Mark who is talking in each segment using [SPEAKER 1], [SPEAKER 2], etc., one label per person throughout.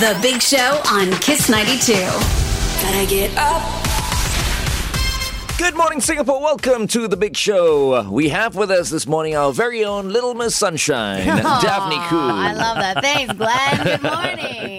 [SPEAKER 1] The Big Show on Kiss 92.
[SPEAKER 2] Gotta get up.
[SPEAKER 3] Good morning, Singapore. Welcome to the big show. We have with us this morning our very own Little Miss Sunshine, Daphne
[SPEAKER 4] Aw, Ah, I
[SPEAKER 3] Koo.
[SPEAKER 4] love that. Thanks, Glenn.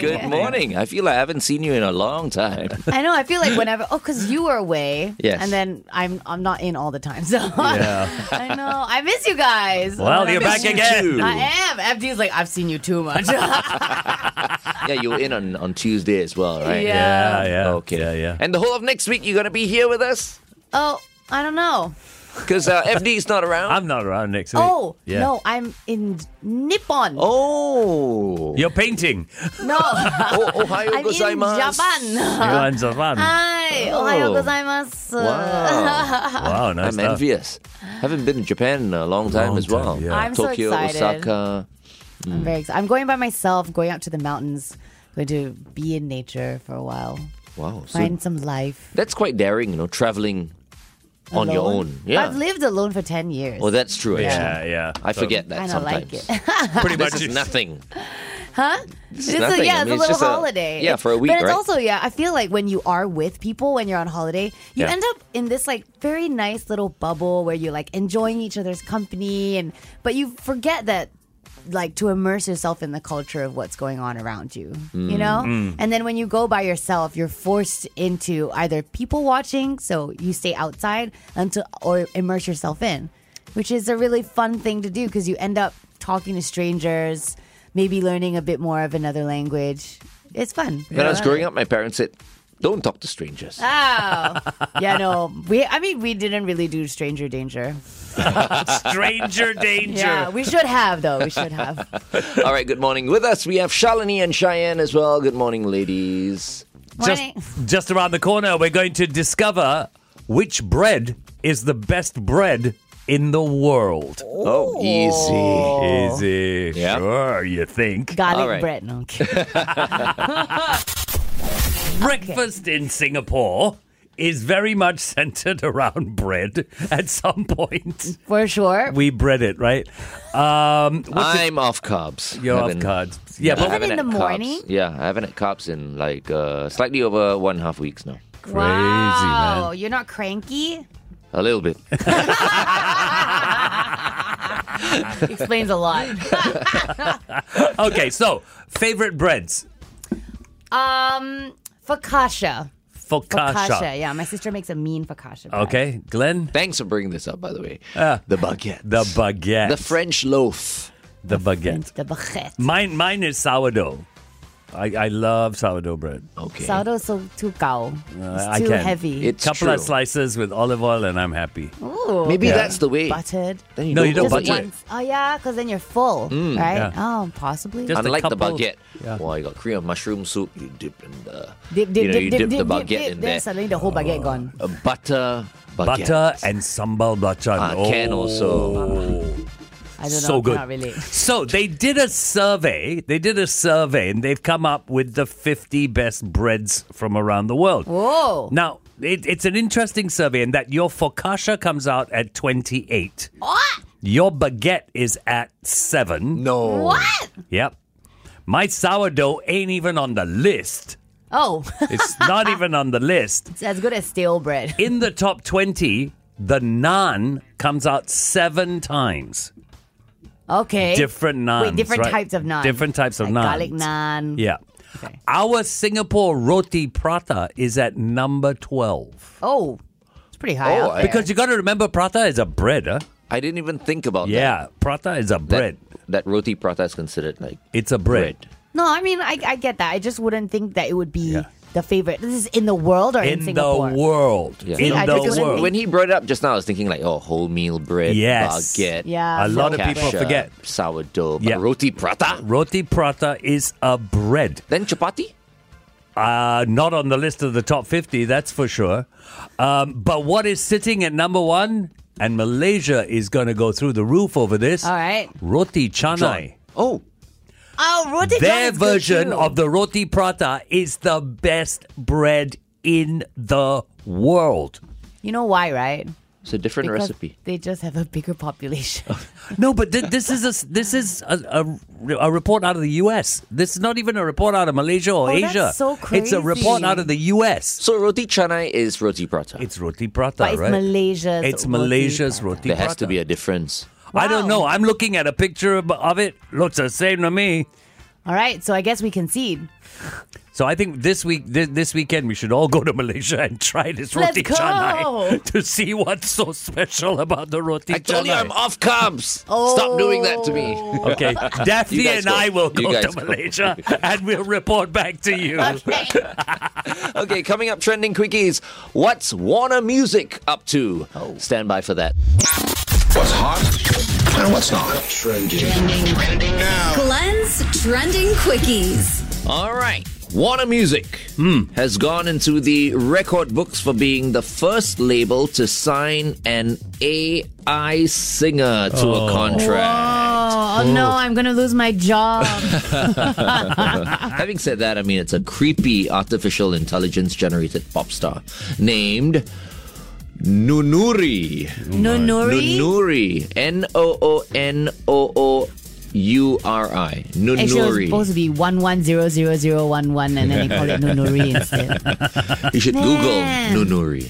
[SPEAKER 4] Good morning.
[SPEAKER 3] Good morning. I feel I haven't seen you in a long time.
[SPEAKER 4] I know. I feel like whenever, oh, because you were away,
[SPEAKER 3] Yes.
[SPEAKER 4] and then I'm I'm not in all the time, so I know. I miss you guys.
[SPEAKER 5] Well,
[SPEAKER 4] And I
[SPEAKER 5] you're
[SPEAKER 4] miss
[SPEAKER 5] back
[SPEAKER 4] you
[SPEAKER 5] again.
[SPEAKER 4] too. I am. FD's like I've seen you too much.
[SPEAKER 3] yeah, you were in on, on Tuesday as well, right?
[SPEAKER 4] Yeah.
[SPEAKER 5] Yeah, yeah.
[SPEAKER 3] Okay.
[SPEAKER 5] Yeah, yeah.
[SPEAKER 3] And the whole of next week, you're going to be here with us?
[SPEAKER 4] oh, I don't know.
[SPEAKER 3] Because uh, FD is not around.
[SPEAKER 5] I'm not around next week.
[SPEAKER 4] Oh
[SPEAKER 5] yeah.
[SPEAKER 4] no, I'm in Nippon.
[SPEAKER 3] oh.
[SPEAKER 5] You're painting.
[SPEAKER 4] No, I'm
[SPEAKER 3] oh. Ohio
[SPEAKER 4] in
[SPEAKER 3] gozaimasu.
[SPEAKER 4] Japan.
[SPEAKER 5] You're on Japan.
[SPEAKER 4] Hi,
[SPEAKER 3] Oh.
[SPEAKER 4] ohayo gozaimasu.
[SPEAKER 3] Wow.
[SPEAKER 5] wow, nice
[SPEAKER 3] I'm
[SPEAKER 5] stuff.
[SPEAKER 3] envious. Haven't been in Japan in a long time
[SPEAKER 5] Long
[SPEAKER 3] as well.
[SPEAKER 5] time, yeah.
[SPEAKER 4] I'm so
[SPEAKER 3] Tokyo,
[SPEAKER 4] excited.
[SPEAKER 3] Osaka.
[SPEAKER 4] I'm very excited. I'm going by myself, going out to the mountains, going to be in nature for a while,
[SPEAKER 3] Wow. So
[SPEAKER 4] find some life.
[SPEAKER 3] That's quite daring, you know, traveling on your
[SPEAKER 4] alone.
[SPEAKER 3] own. Yeah.
[SPEAKER 4] I've lived alone for 10 years.
[SPEAKER 3] well, that's true. Actually.
[SPEAKER 5] Yeah, yeah.
[SPEAKER 3] I
[SPEAKER 5] So
[SPEAKER 3] forget that
[SPEAKER 4] Kinda like
[SPEAKER 3] sometimes.
[SPEAKER 4] it.
[SPEAKER 5] Pretty much.
[SPEAKER 3] This is nothing.
[SPEAKER 4] It's
[SPEAKER 3] nothing.
[SPEAKER 4] a, yeah,
[SPEAKER 3] I mean, it's
[SPEAKER 4] it's a little
[SPEAKER 3] just a-
[SPEAKER 4] holiday.
[SPEAKER 3] yeah, for a week,
[SPEAKER 4] But it's
[SPEAKER 3] right?
[SPEAKER 4] also, yeah, I feel like when you are with people, when you're on holiday, you
[SPEAKER 3] Yeah.
[SPEAKER 4] end up in this like very nice little bubble where you're like enjoying each other's company, and but you forget that like to immerse yourself in the culture of what's going on around you,
[SPEAKER 3] Mm.
[SPEAKER 4] you know? And then when you go by yourself, you're forced into either people watching, so you stay outside until or immerse yourself in, which is a really fun thing to do because you end up talking to strangers, maybe learning a bit more of another language. It's fun.
[SPEAKER 3] When I was growing up, my parents said, don't talk to strangers.
[SPEAKER 4] Oh. yeah, no. We I mean we didn't really do stranger danger.
[SPEAKER 5] Stranger danger.
[SPEAKER 4] Yeah, we should have though. We should have.
[SPEAKER 3] All right, good morning. With us, we have Shalini and Cheyenne as well. Good morning, ladies.
[SPEAKER 5] Just,
[SPEAKER 4] Morning.
[SPEAKER 5] just around the corner, we're going to discover which bread is the best bread in the world.
[SPEAKER 3] Oh, easy.
[SPEAKER 5] Easy.
[SPEAKER 3] Oh. Yeah.
[SPEAKER 5] Sure, you think.
[SPEAKER 4] Garlic
[SPEAKER 3] All right.
[SPEAKER 4] bread. No, I'm kidding.
[SPEAKER 5] Breakfast in Singapore is very much centered around bread at some point.
[SPEAKER 4] For sure.
[SPEAKER 5] We bread it, right? Um, what's it-
[SPEAKER 3] I'm off carbs.
[SPEAKER 5] You're off
[SPEAKER 3] Haven't-
[SPEAKER 5] cards. Yeah,
[SPEAKER 3] I
[SPEAKER 5] but
[SPEAKER 3] haven't
[SPEAKER 4] in
[SPEAKER 3] had
[SPEAKER 4] the
[SPEAKER 3] carbs.
[SPEAKER 4] morning?
[SPEAKER 3] Yeah, I haven't had carbs in like uh, slightly over one and a half weeks now.
[SPEAKER 5] crazy,
[SPEAKER 4] wow.
[SPEAKER 5] man.
[SPEAKER 4] You're not cranky?
[SPEAKER 3] A little bit.
[SPEAKER 4] Explains a lot.
[SPEAKER 5] Okay, so favorite breads.
[SPEAKER 4] um, focaccia.
[SPEAKER 5] Focaccia.
[SPEAKER 4] Focaccia, yeah. My sister makes a mean focaccia. bread.
[SPEAKER 5] Okay, Glenn.
[SPEAKER 3] Thanks for bringing this up, by the way. the baguette.
[SPEAKER 5] Ah. The baguette.
[SPEAKER 3] The French loaf.
[SPEAKER 5] the baguette.
[SPEAKER 4] The baguette.
[SPEAKER 5] Mine, mine is sourdough. I, I love sourdough bread.
[SPEAKER 3] Okay.
[SPEAKER 4] Sourdough is so too gao.
[SPEAKER 5] Uh, I
[SPEAKER 4] it's too
[SPEAKER 5] can.
[SPEAKER 4] heavy.
[SPEAKER 3] It's
[SPEAKER 5] Couple
[SPEAKER 3] true. Oh,
[SPEAKER 5] of slices with olive oil, and I'm happy.
[SPEAKER 4] Ooh.
[SPEAKER 3] Maybe that's the way.
[SPEAKER 4] buttered.
[SPEAKER 3] Then
[SPEAKER 5] No, you
[SPEAKER 4] Just
[SPEAKER 5] don't But butter it.
[SPEAKER 4] once. Oh yeah, because then you're full, right?
[SPEAKER 5] yeah.
[SPEAKER 4] Oh, possibly.
[SPEAKER 5] Just- a
[SPEAKER 3] Unlike the
[SPEAKER 5] couple-
[SPEAKER 3] baguette,
[SPEAKER 5] Yeah.
[SPEAKER 3] well, you got cream of mushroom soup. You dip in the,
[SPEAKER 4] dip,
[SPEAKER 3] you
[SPEAKER 4] dip,
[SPEAKER 3] know,
[SPEAKER 4] dip,
[SPEAKER 3] you
[SPEAKER 4] dip,
[SPEAKER 3] dip,
[SPEAKER 4] dip,
[SPEAKER 3] the
[SPEAKER 4] dip,
[SPEAKER 3] baguette
[SPEAKER 4] dip,
[SPEAKER 3] in
[SPEAKER 4] Then
[SPEAKER 3] there.
[SPEAKER 4] suddenly the whole
[SPEAKER 5] Oh,
[SPEAKER 4] baguette gone.
[SPEAKER 3] A butter baguette.
[SPEAKER 5] Butter and sambal belacan.
[SPEAKER 3] Ah, can also.
[SPEAKER 4] I don't know.
[SPEAKER 5] so good.
[SPEAKER 4] Not really.
[SPEAKER 5] So they did a survey. They did a survey, and they've come up with the 50 best breads from around the world.
[SPEAKER 4] Whoa.
[SPEAKER 5] Now, it, it's an interesting survey in that your focaccia comes out at 28.
[SPEAKER 4] What?
[SPEAKER 5] Your baguette is at 7.
[SPEAKER 3] No.
[SPEAKER 4] What?
[SPEAKER 5] Yep. My sourdough ain't even on the list.
[SPEAKER 4] Oh,
[SPEAKER 5] It's not even on the list.
[SPEAKER 4] it's as good as stale bread.
[SPEAKER 5] In the top 20, the naan comes out 7 times.
[SPEAKER 4] Okay.
[SPEAKER 5] Different naans.
[SPEAKER 4] Wait, different
[SPEAKER 5] right?
[SPEAKER 4] types of naan.
[SPEAKER 5] Different types of
[SPEAKER 4] like
[SPEAKER 5] naan.
[SPEAKER 4] Garlic naan.
[SPEAKER 5] Yeah.
[SPEAKER 4] Okay.
[SPEAKER 5] Our Singapore roti prata is at number 12.
[SPEAKER 4] Oh, it's pretty high.
[SPEAKER 3] Oh,
[SPEAKER 4] up
[SPEAKER 3] I-
[SPEAKER 4] there.
[SPEAKER 5] Because you got to remember, prata is a bread, huh?
[SPEAKER 3] I didn't even think about that.
[SPEAKER 5] Yeah, prata is a
[SPEAKER 3] That-
[SPEAKER 5] bread.
[SPEAKER 3] That roti prata is considered like
[SPEAKER 5] It's a bread.
[SPEAKER 3] bread.
[SPEAKER 4] no, I mean, I, I get that. I just wouldn't think that it would be
[SPEAKER 5] Yeah.
[SPEAKER 4] the favorite. This is in the world or in,
[SPEAKER 5] In the
[SPEAKER 4] Singapore?
[SPEAKER 5] world.
[SPEAKER 3] Yeah.
[SPEAKER 5] In
[SPEAKER 4] See, I just
[SPEAKER 5] the
[SPEAKER 4] wouldn't
[SPEAKER 5] world.
[SPEAKER 3] When he brought it up just now, I was thinking like, oh, wholemeal bread,
[SPEAKER 5] Yes.
[SPEAKER 3] baguette.
[SPEAKER 4] Yeah.
[SPEAKER 5] A lot of
[SPEAKER 4] so-
[SPEAKER 5] people
[SPEAKER 3] focaccia,
[SPEAKER 5] forget.
[SPEAKER 3] sourdough, but
[SPEAKER 5] Yeah.
[SPEAKER 3] roti prata.
[SPEAKER 5] Roti prata is a bread.
[SPEAKER 3] Then chapati.
[SPEAKER 5] Uh, not on the list of the top 50, that's for sure. Um, but what is sitting at number one? And Malaysia is going to go through the roof over this.
[SPEAKER 4] All right.
[SPEAKER 5] Roti canai.
[SPEAKER 3] Oh,
[SPEAKER 4] Oh, roti canai
[SPEAKER 5] Their
[SPEAKER 4] is good
[SPEAKER 5] version
[SPEAKER 4] too.
[SPEAKER 5] of the roti prata is the best bread in the world.
[SPEAKER 4] You know why, right?
[SPEAKER 3] It's a different
[SPEAKER 4] because
[SPEAKER 3] recipe.
[SPEAKER 4] They just have a bigger population.
[SPEAKER 5] No, but th- this is a s- this is a, a, a report out of the U.S. This is not even a report out of Malaysia or
[SPEAKER 4] Oh, that's
[SPEAKER 5] Asia.
[SPEAKER 4] so
[SPEAKER 5] It's a report
[SPEAKER 4] crazy.
[SPEAKER 5] out of the U.S.
[SPEAKER 3] So roti canai is roti prata.
[SPEAKER 5] It's roti prata,
[SPEAKER 4] but it's
[SPEAKER 5] right?
[SPEAKER 4] Malaysia's.
[SPEAKER 5] It's
[SPEAKER 4] roti
[SPEAKER 5] Malaysia's
[SPEAKER 4] prata.
[SPEAKER 5] roti
[SPEAKER 3] there
[SPEAKER 5] prata.
[SPEAKER 3] has to be a difference.
[SPEAKER 5] I don't
[SPEAKER 4] Wow.
[SPEAKER 5] know. I'm looking at a picture of, of it. Looks the same to me.
[SPEAKER 4] All right, so I guess we concede.
[SPEAKER 5] So I think this week, this, this weekend, we should all go to Malaysia and try this
[SPEAKER 4] Let's
[SPEAKER 5] roti
[SPEAKER 4] go.
[SPEAKER 5] canai to see what's so special about the roti
[SPEAKER 3] I told you
[SPEAKER 5] canai.
[SPEAKER 3] I'm off carbs. Stop doing that to me.
[SPEAKER 5] Okay, Daphne
[SPEAKER 3] You guys
[SPEAKER 5] and I
[SPEAKER 3] go.
[SPEAKER 5] will
[SPEAKER 3] You
[SPEAKER 5] go to
[SPEAKER 3] guys go.
[SPEAKER 5] Malaysia and we'll report back to you.
[SPEAKER 3] Okay, coming up trending quickies. What's Warner Music up to?
[SPEAKER 5] Oh.
[SPEAKER 3] Stand by for that.
[SPEAKER 6] What's hot and what's not. Trending. Trending now.
[SPEAKER 1] Glenn's Trending Quickies.
[SPEAKER 3] All right. Warner Music
[SPEAKER 5] Hmm.
[SPEAKER 3] has gone into the record books for being the first label to sign an AI singer to a
[SPEAKER 5] Oh.
[SPEAKER 3] contract.
[SPEAKER 4] Oh, no, I'm gonna lose my job.
[SPEAKER 3] Having said that, I mean, it's a creepy artificial intelligence generated pop star named Nunuri.
[SPEAKER 4] Nonuri.
[SPEAKER 3] Nunuri. N O O N O O U R I.
[SPEAKER 4] Actually, it was
[SPEAKER 3] Nunuri.
[SPEAKER 4] supposed to be one one zero zero zero one one, and then they called it Nonuri instead.
[SPEAKER 3] You should
[SPEAKER 4] Man.
[SPEAKER 3] Google Nunuri.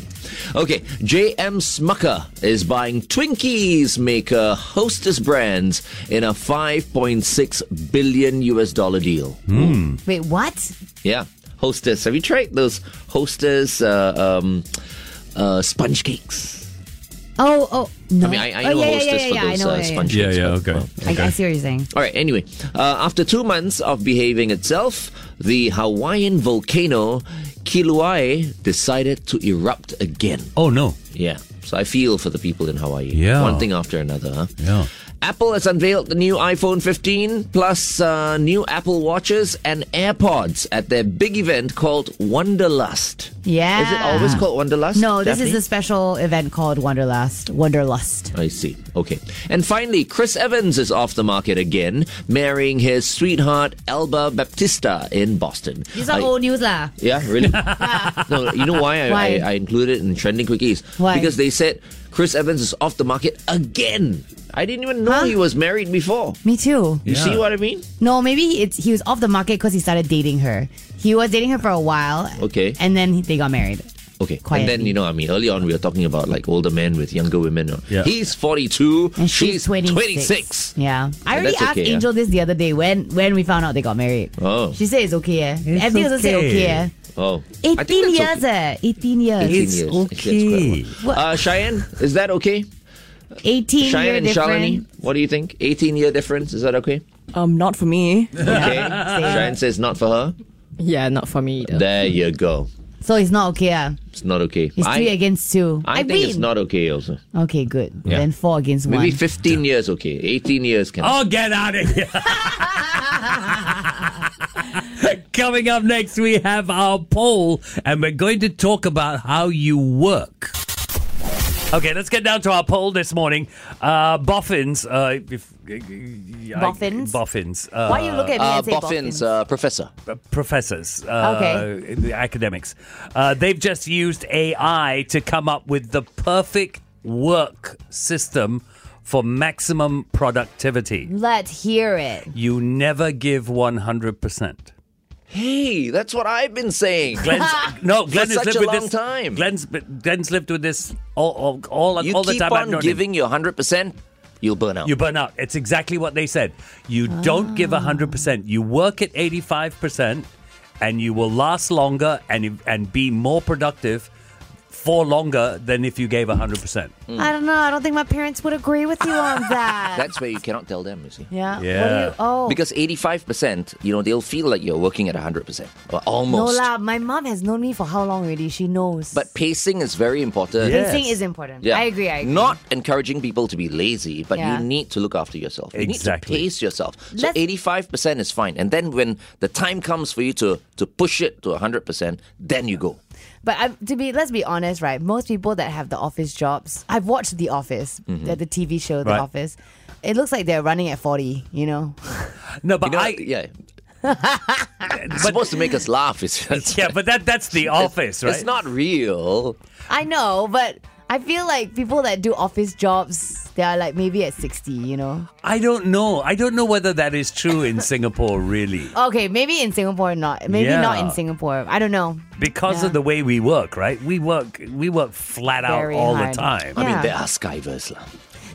[SPEAKER 3] Okay, J.M. Smucker is buying Twinkies maker Hostess Brands in a 5.6 billion US dollar deal.
[SPEAKER 4] Wait, what?
[SPEAKER 3] Yeah, Hostess. Have you tried those Hostess uh, um, uh, sponge cakes?
[SPEAKER 4] Oh, oh no.
[SPEAKER 3] I mean, I, I
[SPEAKER 4] oh,
[SPEAKER 3] know
[SPEAKER 4] yeah, yeah,
[SPEAKER 3] Hostess
[SPEAKER 4] yeah, yeah,
[SPEAKER 3] for
[SPEAKER 4] I
[SPEAKER 3] those
[SPEAKER 4] know,
[SPEAKER 3] uh,
[SPEAKER 4] yeah, yeah.
[SPEAKER 3] sponge
[SPEAKER 7] Yeah,
[SPEAKER 3] cakes.
[SPEAKER 7] yeah,
[SPEAKER 3] but-
[SPEAKER 7] okay.
[SPEAKER 3] well,
[SPEAKER 4] I, I see what you're saying.
[SPEAKER 3] All right, anyway, uh, after two months of behaving itself, the Hawaiian volcano Kilauea decided to erupt again.
[SPEAKER 5] oh no.
[SPEAKER 3] Yeah, so I feel for the people in Hawaii.
[SPEAKER 5] Yeah.
[SPEAKER 3] One thing after another, huh?
[SPEAKER 5] Yeah.
[SPEAKER 3] Apple has unveiled the new iPhone 15 plus uh, new Apple Watches and AirPods at their big event called Wonderlust.
[SPEAKER 4] Yeah.
[SPEAKER 3] Is it always called Wonderlust?
[SPEAKER 4] No, this is
[SPEAKER 3] Daphne?
[SPEAKER 4] a special event called Wonderlust. Wonderlust.
[SPEAKER 3] I see. Okay. And finally, Chris Evans is off the market again, marrying his sweetheart Elba Baptista in Boston.
[SPEAKER 4] These are
[SPEAKER 3] I-
[SPEAKER 4] old news, lah.
[SPEAKER 3] Yeah, really? no, you know why I,
[SPEAKER 4] Why?
[SPEAKER 3] I, I included it in trending quickies?
[SPEAKER 4] Why?
[SPEAKER 3] Because they said Chris Evans is off the market again. I didn't even know
[SPEAKER 4] Huh?
[SPEAKER 3] he was married before.
[SPEAKER 4] Me too.
[SPEAKER 3] You see
[SPEAKER 5] Yeah.
[SPEAKER 3] what I mean?
[SPEAKER 4] No, maybe it's he was off the market because he started dating her. He was dating her for a while.
[SPEAKER 3] Okay.
[SPEAKER 4] And then they got married.
[SPEAKER 3] Okay.
[SPEAKER 4] Quietly.
[SPEAKER 3] And then, you know, I mean, early on we were talking about like older men with younger women.
[SPEAKER 5] Yeah.
[SPEAKER 3] He's 42,
[SPEAKER 4] And she's, 26.
[SPEAKER 3] 26.
[SPEAKER 4] Yeah. I
[SPEAKER 3] And
[SPEAKER 4] already
[SPEAKER 3] that's
[SPEAKER 4] asked
[SPEAKER 3] okay, yeah.
[SPEAKER 4] Angel this the other day when when we found out they got married.
[SPEAKER 3] Oh.
[SPEAKER 4] She said it's okay, yeah. Everything doesn't say
[SPEAKER 5] okay.
[SPEAKER 4] okay, yeah.
[SPEAKER 3] Oh. I
[SPEAKER 4] 18
[SPEAKER 3] think that's
[SPEAKER 4] years, eh. 18 years.
[SPEAKER 3] 18
[SPEAKER 5] It's
[SPEAKER 3] years. Actually, that's quite a lot.
[SPEAKER 4] okay.
[SPEAKER 3] Uh, Cheyenne, is that okay?
[SPEAKER 4] 18 year
[SPEAKER 3] Cheyenne and Shalini,
[SPEAKER 4] difference.
[SPEAKER 3] what do you think? 18 year difference, is that okay?
[SPEAKER 8] Um, not for me.
[SPEAKER 3] Okay.
[SPEAKER 4] Same.
[SPEAKER 3] Cheyenne says not for her.
[SPEAKER 8] yeah, not for me either.
[SPEAKER 3] There you go.
[SPEAKER 4] So it's not okay, yeah.
[SPEAKER 3] It's not okay.
[SPEAKER 4] It's
[SPEAKER 3] I-
[SPEAKER 4] three against two.
[SPEAKER 3] I, think
[SPEAKER 4] mean,
[SPEAKER 3] it's not okay also.
[SPEAKER 4] Okay, good. Then four against
[SPEAKER 3] Maybe
[SPEAKER 4] one.
[SPEAKER 3] 15 years okay. 18 years can.
[SPEAKER 5] Oh, get out of here. Coming up next, we have our poll, and we're going to talk about how you work. Okay, let's get down to our poll this morning. Uh, boffins. Uh, if,
[SPEAKER 4] Boffins?
[SPEAKER 5] boffins. Uh,
[SPEAKER 4] Why you look at me
[SPEAKER 3] Uh,
[SPEAKER 4] and say
[SPEAKER 3] Boffin's
[SPEAKER 4] boffins?
[SPEAKER 3] uh, professor.
[SPEAKER 5] professors, uh,
[SPEAKER 4] Okay.
[SPEAKER 5] academics. Uh, they've just used AI to come up with the perfect work system for maximum productivity.
[SPEAKER 4] Let's hear it.
[SPEAKER 5] You never give 100%.
[SPEAKER 3] Hey, that's what I've been saying.
[SPEAKER 5] Glenn's, no, Glenn has
[SPEAKER 3] such
[SPEAKER 5] lived
[SPEAKER 3] a
[SPEAKER 5] with
[SPEAKER 3] long
[SPEAKER 5] this.
[SPEAKER 3] time.
[SPEAKER 5] Glenn's, Glenn's lived with this all, all, all,
[SPEAKER 3] you
[SPEAKER 5] all the
[SPEAKER 3] keep
[SPEAKER 5] time. I've
[SPEAKER 3] on
[SPEAKER 5] known him.
[SPEAKER 3] giving your 100%, you'll burn out.
[SPEAKER 5] You burn out. It's exactly what they said. You don't give 100%. You work at 85% and you will last longer and, and be more productive for longer than if you gave 100%.
[SPEAKER 3] Hmm.
[SPEAKER 4] I don't know. I don't think my parents would agree with you on that.
[SPEAKER 3] that's where you cannot tell them, you see.
[SPEAKER 4] yeah. What do
[SPEAKER 5] Yeah.
[SPEAKER 4] you- oh.
[SPEAKER 3] Because 85%, you know, they'll feel like you're working at 100%. Or
[SPEAKER 4] no
[SPEAKER 3] almost.
[SPEAKER 4] lah. My mom has known me for how long already? She knows.
[SPEAKER 3] but pacing is very important.
[SPEAKER 5] Yeah.
[SPEAKER 4] pacing
[SPEAKER 5] Yes.
[SPEAKER 4] is important.
[SPEAKER 3] Yeah.
[SPEAKER 4] I agree. I agree.
[SPEAKER 3] Not encouraging people to be lazy, but
[SPEAKER 4] Yeah.
[SPEAKER 3] you need to look after yourself.
[SPEAKER 5] Exactly.
[SPEAKER 3] You need to pace yourself. So
[SPEAKER 4] Let's-
[SPEAKER 3] eighty-five percent is fine, and then when the time comes for you to to push it to hundred percent, then you go.
[SPEAKER 4] But I, to be, let's be honest, right? Most people that have the office jobs, I've watched The Office,
[SPEAKER 3] Mm-hmm.
[SPEAKER 4] the, the TV show, The
[SPEAKER 5] Right.
[SPEAKER 4] Office. It looks like they're running at forty. You know.
[SPEAKER 5] No, but
[SPEAKER 3] You know,
[SPEAKER 5] I. Yeah.
[SPEAKER 3] yeah. it's supposed to make us laugh. It's, it's,
[SPEAKER 5] but that that's the office, right?
[SPEAKER 3] it's not real.
[SPEAKER 4] I know, but I feel like people that do office jobs, they are like maybe at 60, you know?
[SPEAKER 5] I don't know. I don't know whether that is true in Singapore, really,
[SPEAKER 4] Okay, maybe in Singapore, not. Maybe
[SPEAKER 5] Yeah.
[SPEAKER 4] not in Singapore. I don't know.
[SPEAKER 5] because of
[SPEAKER 4] Yeah.
[SPEAKER 5] the way we work. Right? We work. We work flat
[SPEAKER 4] Very
[SPEAKER 5] out all
[SPEAKER 4] hard.
[SPEAKER 5] the time.
[SPEAKER 3] I mean,
[SPEAKER 4] Yeah.
[SPEAKER 3] there are skivers. lah.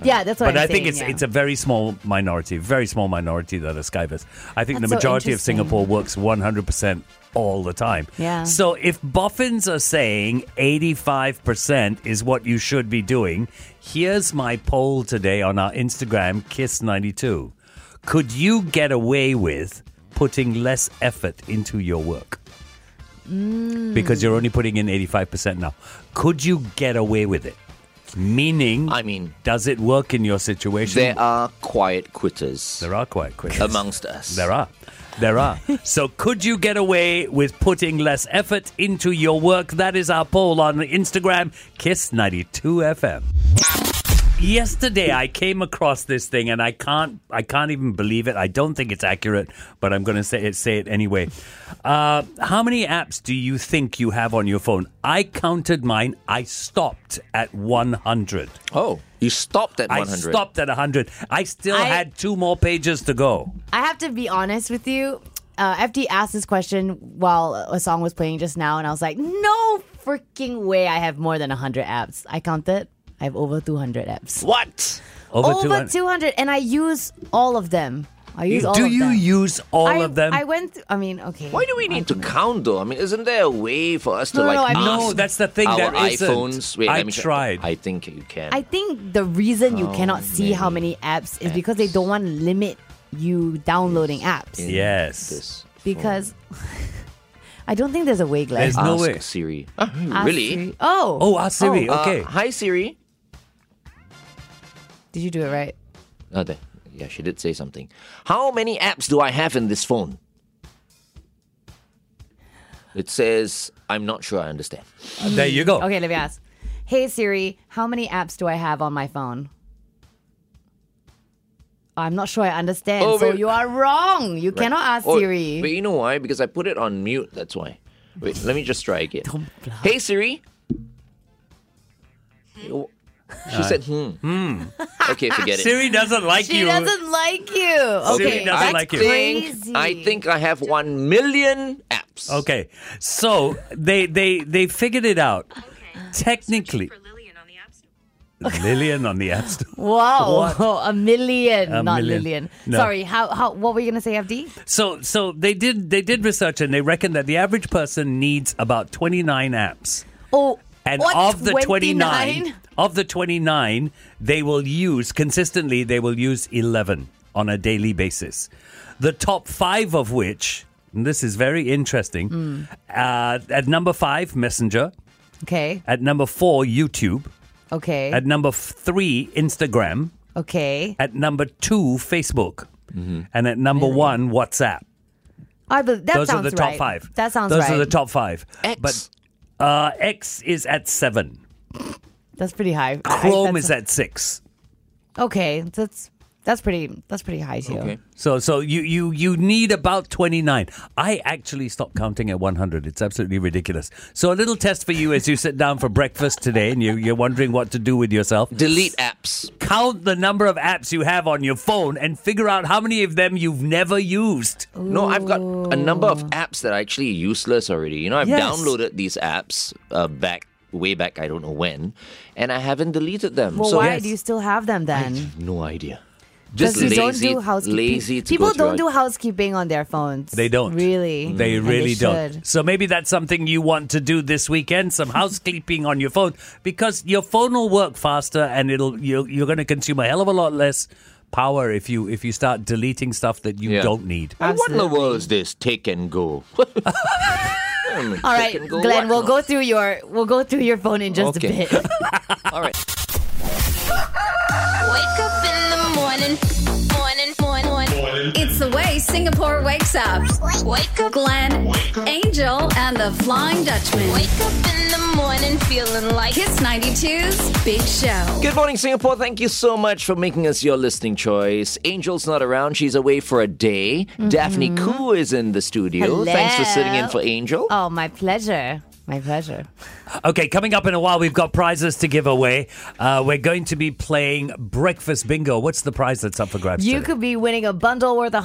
[SPEAKER 4] Yeah, that's what
[SPEAKER 5] But
[SPEAKER 4] I'm
[SPEAKER 5] I think
[SPEAKER 4] saying,
[SPEAKER 5] it's
[SPEAKER 4] yeah.
[SPEAKER 5] it's a very small minority, very small minority that are skivers. I think
[SPEAKER 4] That's so
[SPEAKER 5] the majority of
[SPEAKER 4] interesting.
[SPEAKER 5] Singapore works 100% all the time.
[SPEAKER 4] Yeah.
[SPEAKER 5] So if boffins are saying 85% is what you should be doing, here's my poll today on our Instagram, Kiss92. Could you get away with putting less effort into your work?
[SPEAKER 4] Mm.
[SPEAKER 5] Because you're only putting in 85% now. Could you get away with it? Meaning,
[SPEAKER 3] I mean-
[SPEAKER 5] does it work in your situation?
[SPEAKER 3] There are quiet quitters
[SPEAKER 5] There are quite quick.
[SPEAKER 3] amongst us.
[SPEAKER 5] There are. There are. so could you get away with putting less effort into your work? That is our poll on Instagram, Kiss92FM. Yesterday I came across this thing and I can't I can't even believe it. I don't think it's accurate, but I'm going to say it say it anyway. Uh, how many apps do you think you have on your phone? I counted mine. I stopped at 100.
[SPEAKER 3] Oh, you stopped at
[SPEAKER 5] I
[SPEAKER 3] 100.
[SPEAKER 5] stopped at 100. I still
[SPEAKER 4] I-
[SPEAKER 5] had two more pages to go.
[SPEAKER 4] I have to be honest with you. Uh, FD asked this question while a song was playing just now, and I was like, no freaking way I have more than 100 apps. I counted. I have over 200 apps.
[SPEAKER 3] What?
[SPEAKER 5] Over, 200.
[SPEAKER 4] 200, and I use all of them. I use all
[SPEAKER 5] Do
[SPEAKER 4] of
[SPEAKER 5] you
[SPEAKER 4] them.
[SPEAKER 5] use all
[SPEAKER 4] I,
[SPEAKER 5] of them?
[SPEAKER 4] I went through, I mean, okay.
[SPEAKER 3] Why do we need to count though? I mean, isn't there a way for us to
[SPEAKER 4] No, no,
[SPEAKER 3] like
[SPEAKER 4] no, I mean-
[SPEAKER 3] ask
[SPEAKER 5] No, that's the thing,
[SPEAKER 3] Our
[SPEAKER 5] there isn't.
[SPEAKER 3] iPhones. Wait,
[SPEAKER 5] I
[SPEAKER 3] let me check.
[SPEAKER 5] tried.
[SPEAKER 3] I think you can.
[SPEAKER 4] I think the reason
[SPEAKER 5] Oh,
[SPEAKER 4] you cannot see how many apps is because they don't want to limit you downloading apps.
[SPEAKER 3] In
[SPEAKER 5] Yes.
[SPEAKER 3] this
[SPEAKER 4] Because I don't think there's a way, Glenn.
[SPEAKER 5] There's
[SPEAKER 3] phone.
[SPEAKER 5] no
[SPEAKER 3] ask
[SPEAKER 5] way.
[SPEAKER 3] Siri. Ah,
[SPEAKER 4] Ask
[SPEAKER 3] really?
[SPEAKER 4] Siri- Oh.
[SPEAKER 5] Oh, ask Siri.
[SPEAKER 3] Uh,
[SPEAKER 5] okay.
[SPEAKER 3] hi Siri.
[SPEAKER 4] Did you do it right?
[SPEAKER 3] Oh, there. Yeah, she did say something. How many apps do I have in this phone? It says, I'm not sure I understand.
[SPEAKER 5] there you go.
[SPEAKER 4] hmm, Okay, let me ask. Hey Siri, how many apps do I have on my phone? I'm not sure I understand.
[SPEAKER 3] Oh,
[SPEAKER 4] so
[SPEAKER 3] wait.
[SPEAKER 4] you are wrong. You cannot ask
[SPEAKER 3] Oh,
[SPEAKER 4] Siri.
[SPEAKER 3] But you know why? Because I put it on mute, that's why. Wait, let me just try again. Hey Siri. Yo- She said, hmm. Okay, forget it.
[SPEAKER 5] Siri doesn't like
[SPEAKER 4] she
[SPEAKER 5] you.
[SPEAKER 4] doesn't like you.
[SPEAKER 5] Siri
[SPEAKER 4] Okay,
[SPEAKER 5] doesn't
[SPEAKER 4] that's
[SPEAKER 5] like you.
[SPEAKER 4] crazy.
[SPEAKER 3] Think, I think I have one million apps.
[SPEAKER 5] Okay. So they they they figured it out. Technically, Lillian on the App Store.
[SPEAKER 4] Wow, a million,
[SPEAKER 5] A
[SPEAKER 4] not
[SPEAKER 5] million.
[SPEAKER 4] Lillian.
[SPEAKER 5] No.
[SPEAKER 4] Sorry, how how what were you gonna say, FD?
[SPEAKER 5] So so they did they did research and they reckon that the average person needs about 29 apps.
[SPEAKER 4] Oh,
[SPEAKER 5] And
[SPEAKER 4] what,
[SPEAKER 5] of the 29,
[SPEAKER 4] 29?
[SPEAKER 5] of the 29, they will use consistently they will use 11 on a daily basis. The top 5 of which and this is very interesting.
[SPEAKER 4] Hmm.
[SPEAKER 5] Uh, at number 5 Messenger,
[SPEAKER 4] Okay,
[SPEAKER 5] at number 4 YouTube,
[SPEAKER 4] okay,
[SPEAKER 5] at number f- 3 Instagram,
[SPEAKER 4] okay.
[SPEAKER 5] at number 2 Facebook, and at number 1 WhatsApp.
[SPEAKER 4] Ah, but that
[SPEAKER 5] Those are
[SPEAKER 4] sounds
[SPEAKER 5] the top
[SPEAKER 4] right.
[SPEAKER 5] 5.
[SPEAKER 4] That sounds
[SPEAKER 5] Those
[SPEAKER 4] right.
[SPEAKER 5] are the top 5.
[SPEAKER 3] X.
[SPEAKER 5] But uh, X is at 7.
[SPEAKER 4] that's pretty high. I-
[SPEAKER 5] Chrome
[SPEAKER 4] that's-
[SPEAKER 5] is at 6.
[SPEAKER 4] Okay, that's that's pretty that's pretty high too.
[SPEAKER 3] Okay.
[SPEAKER 5] So so you you you need about 29. I actually stopped counting at 100. It's absolutely ridiculous. So a little test for you as you sit down for breakfast today and you you're wondering what to do with yourself.
[SPEAKER 3] Delete apps.
[SPEAKER 5] Count the number of apps you have on your phone and figure out how many of them you've never used.
[SPEAKER 3] No, I've got a number of apps that are actually useless already. You know, I've
[SPEAKER 5] Yes.
[SPEAKER 3] downloaded these apps uh, back way back, I don't know when, and I haven't deleted them.
[SPEAKER 4] Well,
[SPEAKER 3] so
[SPEAKER 4] why
[SPEAKER 5] Yes.
[SPEAKER 4] do you still have them then?
[SPEAKER 3] Hmm? no idea. Just
[SPEAKER 4] Because you
[SPEAKER 3] lazy,
[SPEAKER 4] don't do housekeeping.
[SPEAKER 3] lazy to
[SPEAKER 4] People
[SPEAKER 3] go through
[SPEAKER 4] don't
[SPEAKER 3] it.
[SPEAKER 4] do housekeeping on their phones.
[SPEAKER 5] They don't.
[SPEAKER 4] really.
[SPEAKER 5] They
[SPEAKER 4] And
[SPEAKER 5] really don't.
[SPEAKER 4] should.
[SPEAKER 5] So maybe that's something you want to do this weekend, some housekeeping on your phone because your phone will work faster and it'll you're, you're going to consume a hell of a lot less power if you if you start deleting stuff that you
[SPEAKER 3] Yeah.
[SPEAKER 5] don't need.
[SPEAKER 3] And what in the
[SPEAKER 4] Absolutely.
[SPEAKER 3] world is this? Take and go.
[SPEAKER 4] All right, Glenn, we'll go through your we'll go through your phone in just
[SPEAKER 3] Okay.
[SPEAKER 4] a bit.
[SPEAKER 3] All right.
[SPEAKER 2] Wake up in the morning. Morning, morning, morning.
[SPEAKER 1] It's the way Singapore wakes up.
[SPEAKER 2] Wake up.
[SPEAKER 1] Glenn, Angel, and the Flying Dutchman.
[SPEAKER 2] Wake up in the morning feeling like
[SPEAKER 1] Kiss
[SPEAKER 2] it's
[SPEAKER 1] 92's Big Show.
[SPEAKER 3] Good morning, Singapore. Thank you so much for making us your listening choice. Angel's not around. She's away for a
[SPEAKER 4] Mm-hmm.
[SPEAKER 3] day. Daphne Koo is in the studio. Thanks for sitting in
[SPEAKER 4] Hello.
[SPEAKER 3] for Angel.
[SPEAKER 4] Oh, my pleasure. My pleasure.
[SPEAKER 5] Okay, coming up in a while, we've got prizes to give away. Uh, we're going to be playing Breakfast Bingo. What's the prize that's up for grabs?
[SPEAKER 4] You
[SPEAKER 5] today?
[SPEAKER 4] could be winning a bundle worth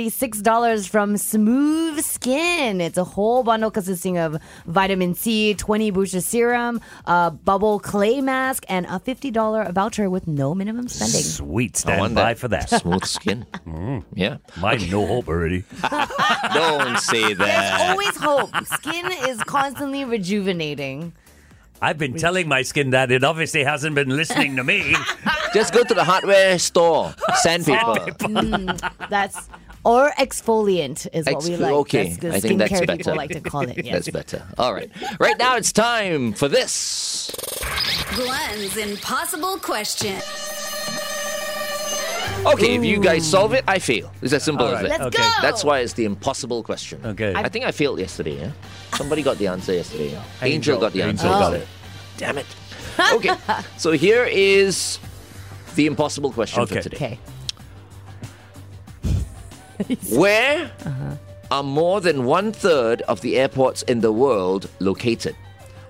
[SPEAKER 4] $196 from Smooth Skin. It's a whole bundle consisting of vitamin C, 20 booster serum, a bubble clay mask, and a $50 voucher with no minimum spending.
[SPEAKER 5] Sweet,
[SPEAKER 3] I
[SPEAKER 5] stand
[SPEAKER 3] want
[SPEAKER 5] by
[SPEAKER 3] that
[SPEAKER 5] for that. Mm.
[SPEAKER 3] Smooth skin. Yeah.
[SPEAKER 5] Mine no hope already.
[SPEAKER 3] Don't say
[SPEAKER 4] There's
[SPEAKER 3] that.
[SPEAKER 4] always hope. Skin is constantly rejuvenating.
[SPEAKER 5] I've been telling my skin that it obviously hasn't been listening to me.
[SPEAKER 3] Just go to the hardware store. Sandpaper.
[SPEAKER 4] That's or exfoliant is what we
[SPEAKER 3] Exfo-
[SPEAKER 4] like.
[SPEAKER 3] okay,
[SPEAKER 4] that's good
[SPEAKER 3] I think that's
[SPEAKER 4] skincare
[SPEAKER 3] better.
[SPEAKER 4] people like to call it. Yes.
[SPEAKER 3] That's better. All right. Right now it's time for this.
[SPEAKER 1] Glenn's impossible question.
[SPEAKER 3] Okay, if you guys solve it, I fail. It's as simple
[SPEAKER 5] All
[SPEAKER 3] as
[SPEAKER 5] right,
[SPEAKER 3] that.
[SPEAKER 4] Let's
[SPEAKER 5] Okay.
[SPEAKER 4] go.
[SPEAKER 3] That's why it's the impossible question.
[SPEAKER 5] Okay.
[SPEAKER 3] I think I failed yesterday. Yeah? Somebody got the answer yesterday. Angel,
[SPEAKER 5] Angel.
[SPEAKER 3] got the answer.
[SPEAKER 5] Angel got
[SPEAKER 3] yesterday. Damn it. Okay. so here is the impossible question
[SPEAKER 5] Okay.
[SPEAKER 3] for today.
[SPEAKER 4] Okay.
[SPEAKER 3] Where
[SPEAKER 4] Uh-huh.
[SPEAKER 3] are more than one third of the airports in the world located?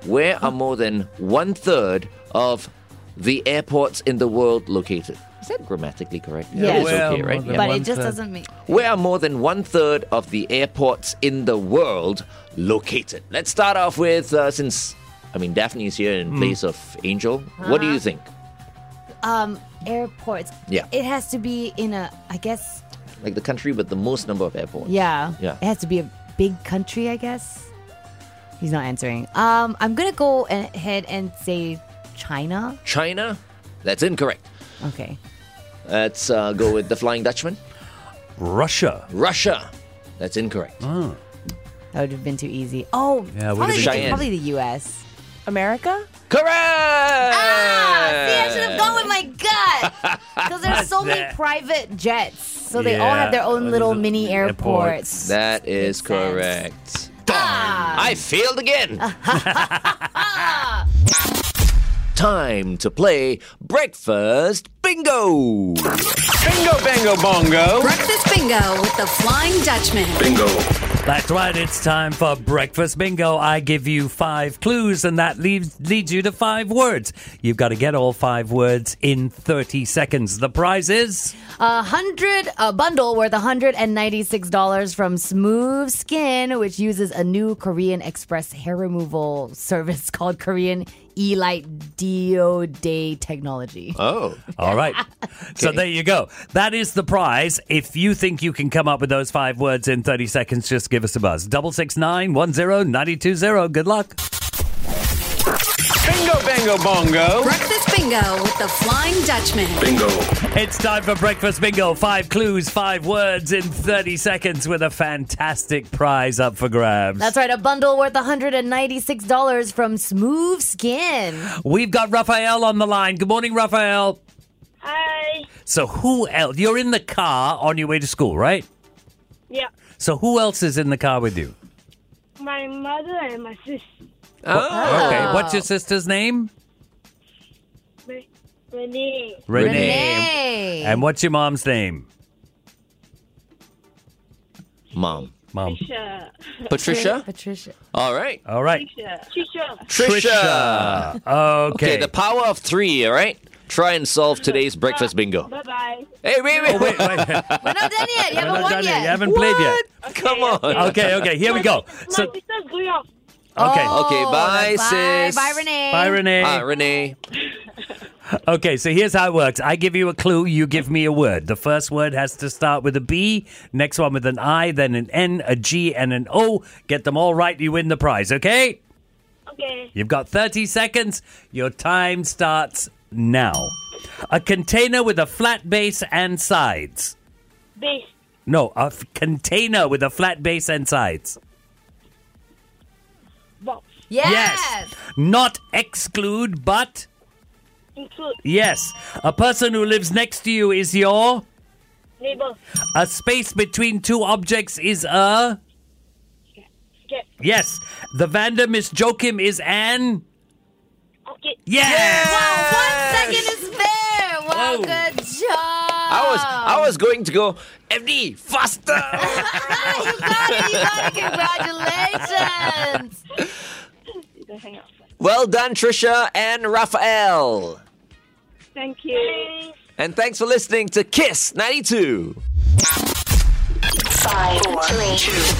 [SPEAKER 3] Where are more than one third of the airports in the world located? Is that grammatically correct?
[SPEAKER 4] Yeah.
[SPEAKER 3] It is
[SPEAKER 5] Where
[SPEAKER 3] okay,
[SPEAKER 5] are
[SPEAKER 3] right?
[SPEAKER 5] more
[SPEAKER 3] Yeah.
[SPEAKER 5] than
[SPEAKER 4] But
[SPEAKER 5] one
[SPEAKER 4] it just
[SPEAKER 5] third.
[SPEAKER 4] doesn't make
[SPEAKER 3] Where are more than one third of the airports in the world located? Let's start off with uh, since I mean Daphne is here in place of Angel. What
[SPEAKER 4] Uh-huh.
[SPEAKER 3] do you think?
[SPEAKER 4] airports.
[SPEAKER 3] Yeah.
[SPEAKER 4] It has to be in a I guess
[SPEAKER 3] Like the country with the most number of airports.
[SPEAKER 4] yeah.
[SPEAKER 3] Yeah.
[SPEAKER 4] It has to be a big country, I guess. He's not answering. Um I'm gonna go and- ahead and say China.
[SPEAKER 3] China. That's incorrect.
[SPEAKER 4] Okay.
[SPEAKER 3] Let's uh, go with the Flying Dutchman.
[SPEAKER 5] Russia.
[SPEAKER 3] Russia. That's incorrect.
[SPEAKER 4] That would have been too easy. Oh
[SPEAKER 5] Yeah, it would have
[SPEAKER 4] probably,
[SPEAKER 5] been
[SPEAKER 3] Cheyenne.
[SPEAKER 4] probably the US.
[SPEAKER 8] America?
[SPEAKER 3] Correct.
[SPEAKER 4] Ah, see, I should have gone with my gut because there's so many
[SPEAKER 5] that?
[SPEAKER 4] private jets, so they all have their
[SPEAKER 5] Yeah,
[SPEAKER 4] own
[SPEAKER 5] those
[SPEAKER 4] little
[SPEAKER 5] little
[SPEAKER 4] mini airports.
[SPEAKER 5] airports.
[SPEAKER 3] That is
[SPEAKER 4] Makes sense.
[SPEAKER 3] correct. I failed again. Time to play breakfast bingo.
[SPEAKER 7] Bingo, bango, bongo.
[SPEAKER 1] Breakfast bingo with the Flying Dutchman.
[SPEAKER 6] Oh. Bingo.
[SPEAKER 5] That's right. It's time for breakfast bingo. I give you five clues, and that leads leads you to five words. You've got to get all five words in thirty seconds. The prize is
[SPEAKER 4] A hundred a bundle worth $196 from Smooth Skin, which uses a new Korean Express hair removal service called Korean Elite Dio Day technology.
[SPEAKER 5] Uh.
[SPEAKER 3] Oh.
[SPEAKER 5] all right. So
[SPEAKER 3] Okay.
[SPEAKER 5] there you go. That is the prize. If you think you can come up with those five words in thirty seconds, just give us a buzz. Double six nine one zero ninety two zero. Good luck.
[SPEAKER 7] Bingo, bango, bongo.
[SPEAKER 1] Breakfast bingo with the Flying Dutchman.
[SPEAKER 6] Bingo.
[SPEAKER 5] It's time for breakfast bingo. Five clues, five words in thirty seconds, with a fantastic prize up for grabs.
[SPEAKER 4] That's right, a bundle worth $196 from Smooth Skin.
[SPEAKER 5] We've got Raphael on the line. Good morning, Raphael.
[SPEAKER 9] Hi.
[SPEAKER 5] So, who else? You're in the car on your way to school, right?
[SPEAKER 9] Yeah.
[SPEAKER 5] So, who else is in the car with you?
[SPEAKER 9] My mother and my sister.
[SPEAKER 3] Oh.
[SPEAKER 5] Okay. What's your sister's name?
[SPEAKER 9] My, my name.
[SPEAKER 5] Renee.
[SPEAKER 4] Renee.
[SPEAKER 5] And what's your mom's name?
[SPEAKER 3] Mom.
[SPEAKER 5] Mom.
[SPEAKER 9] Trisha.
[SPEAKER 3] Patricia?
[SPEAKER 4] Patricia.
[SPEAKER 3] All right.
[SPEAKER 5] All right.
[SPEAKER 9] Trisha.
[SPEAKER 3] Trisha.
[SPEAKER 5] Okay.
[SPEAKER 3] Okay, the power of three, all right? Try and solve today's breakfast bingo.
[SPEAKER 9] Bye bye.
[SPEAKER 3] Hey, wait, wait,
[SPEAKER 5] Wait, wait.
[SPEAKER 4] We're not done yet. You
[SPEAKER 5] We're
[SPEAKER 4] haven't
[SPEAKER 5] not
[SPEAKER 4] won
[SPEAKER 5] done yet. You
[SPEAKER 4] yet.
[SPEAKER 5] haven't played yet.
[SPEAKER 3] Come on.
[SPEAKER 5] Okay. Okay. Here we go.
[SPEAKER 9] My
[SPEAKER 5] So,
[SPEAKER 9] sister's going off.
[SPEAKER 5] okay.
[SPEAKER 3] Okay, bye,
[SPEAKER 4] Oh, Bye,
[SPEAKER 3] sis.
[SPEAKER 4] bye, Renee.
[SPEAKER 5] Bye,
[SPEAKER 3] Ah,
[SPEAKER 5] Renee.
[SPEAKER 3] Renee.
[SPEAKER 5] Okay, so here's how it works. I give you a clue, you give me a word. The first word has to start with a B, next one with an I, then an N, a G, and an O. Get them all right, you win the prize, okay?
[SPEAKER 9] Okay.
[SPEAKER 5] You've got 30 seconds. Your time starts now. A container with a flat base and sides.
[SPEAKER 9] Base.
[SPEAKER 5] No, a f- container with a flat base and sides.
[SPEAKER 9] Box.
[SPEAKER 4] Yes.
[SPEAKER 5] Not exclude, but
[SPEAKER 9] Include.
[SPEAKER 5] yes. A person who lives next to you is your.
[SPEAKER 9] Neighbor.
[SPEAKER 5] A space between two objects is a.
[SPEAKER 9] Get.
[SPEAKER 5] Yes. The Vanda Miss Joachim is an.
[SPEAKER 9] Okay.
[SPEAKER 5] Yes!
[SPEAKER 4] One second is there. Wow,
[SPEAKER 5] Whoa.
[SPEAKER 4] good job.
[SPEAKER 3] I was I was going to go FD faster.
[SPEAKER 4] you got it. You got it. Congratulations.
[SPEAKER 3] Well done, Trisha and Raphael.
[SPEAKER 9] Thank you.
[SPEAKER 3] And thanks for listening to Kiss 92.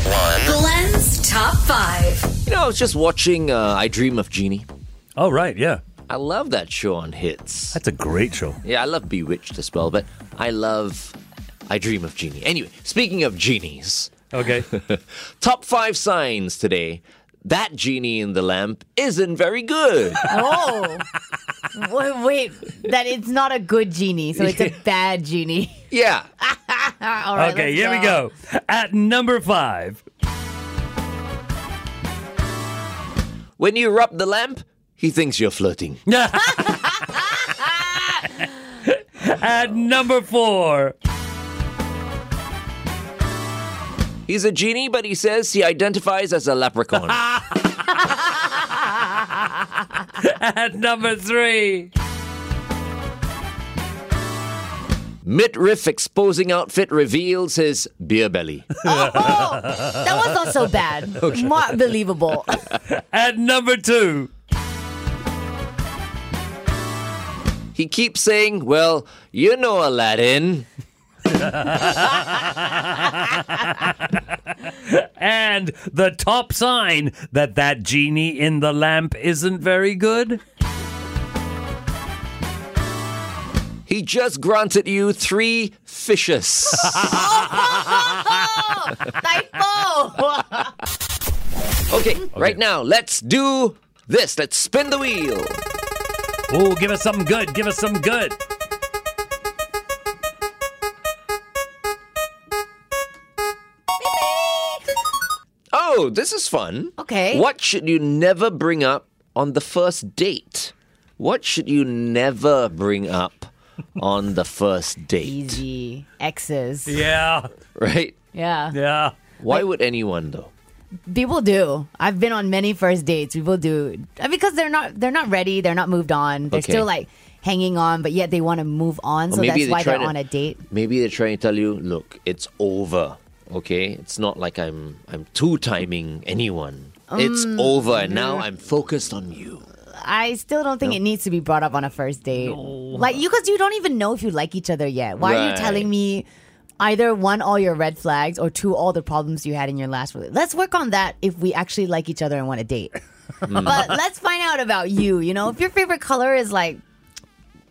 [SPEAKER 1] Glenn's Top 5.
[SPEAKER 3] You know, I was just watching uh, I Dream of Jeannie.
[SPEAKER 5] Oh, right, yeah.
[SPEAKER 3] I love that show on hits.
[SPEAKER 5] That's a great show.
[SPEAKER 3] Yeah, I love Bewitched as well, but I love I Dream of Genie. Anyway, speaking of genies,
[SPEAKER 5] Okay.
[SPEAKER 3] top five signs today. That genie in the lamp isn't very good.
[SPEAKER 4] Oh, wait, wait, that it's not a good genie, so it's a bad genie.
[SPEAKER 3] yeah.
[SPEAKER 4] All right,
[SPEAKER 5] okay,
[SPEAKER 4] let's
[SPEAKER 5] here we go. At number five.
[SPEAKER 3] When you rub the lamp, he thinks you're flirting.
[SPEAKER 5] At number four.
[SPEAKER 3] He's a genie, but he says he identifies as a leprechaun.
[SPEAKER 5] At number three.
[SPEAKER 3] Midriff exposing outfit reveals his beer belly.
[SPEAKER 4] Oh, that was not so bad. More believable.
[SPEAKER 5] At number two.
[SPEAKER 3] He keeps saying, Well, you know Aladdin.
[SPEAKER 5] And the top sign that that genie in the lamp isn't very good.
[SPEAKER 3] He just granted you three fishes.
[SPEAKER 4] Typo.
[SPEAKER 3] Okay, right now, let's do this. Let's spin the wheel.
[SPEAKER 5] Oh, give us something good. Give us some good.
[SPEAKER 3] Oh, this is fun.
[SPEAKER 4] Okay.
[SPEAKER 3] What should you never bring up on the first date? What should you never bring up on the first date?
[SPEAKER 4] Easy X's.
[SPEAKER 5] Yeah.
[SPEAKER 3] Right?
[SPEAKER 4] Yeah.
[SPEAKER 5] Yeah.
[SPEAKER 3] Why would anyone, though?
[SPEAKER 4] people do. I've been on many first dates. People do Uh, because they're not they're not ready. They're not moved on. They're
[SPEAKER 3] Okay.
[SPEAKER 4] still like hanging on, but yet they want to move on. So that's why they're
[SPEAKER 3] trying to-
[SPEAKER 4] on a date.
[SPEAKER 3] Maybe they're trying to tell you, look, it's over. Okay, it's not like I'm I'm two timing anyone. it's over, and now I'm focused on you.
[SPEAKER 4] I still don't think it needs to be brought up on a first date. Like you, because you don't even know if you like each other yet. Why are you
[SPEAKER 3] Right.
[SPEAKER 4] telling me? Either one, all your red flags, or two, all the problems you had in your last relationship. Let's work on that if we actually like each other and want to date. but let's find out about you. You know, if your favorite color is like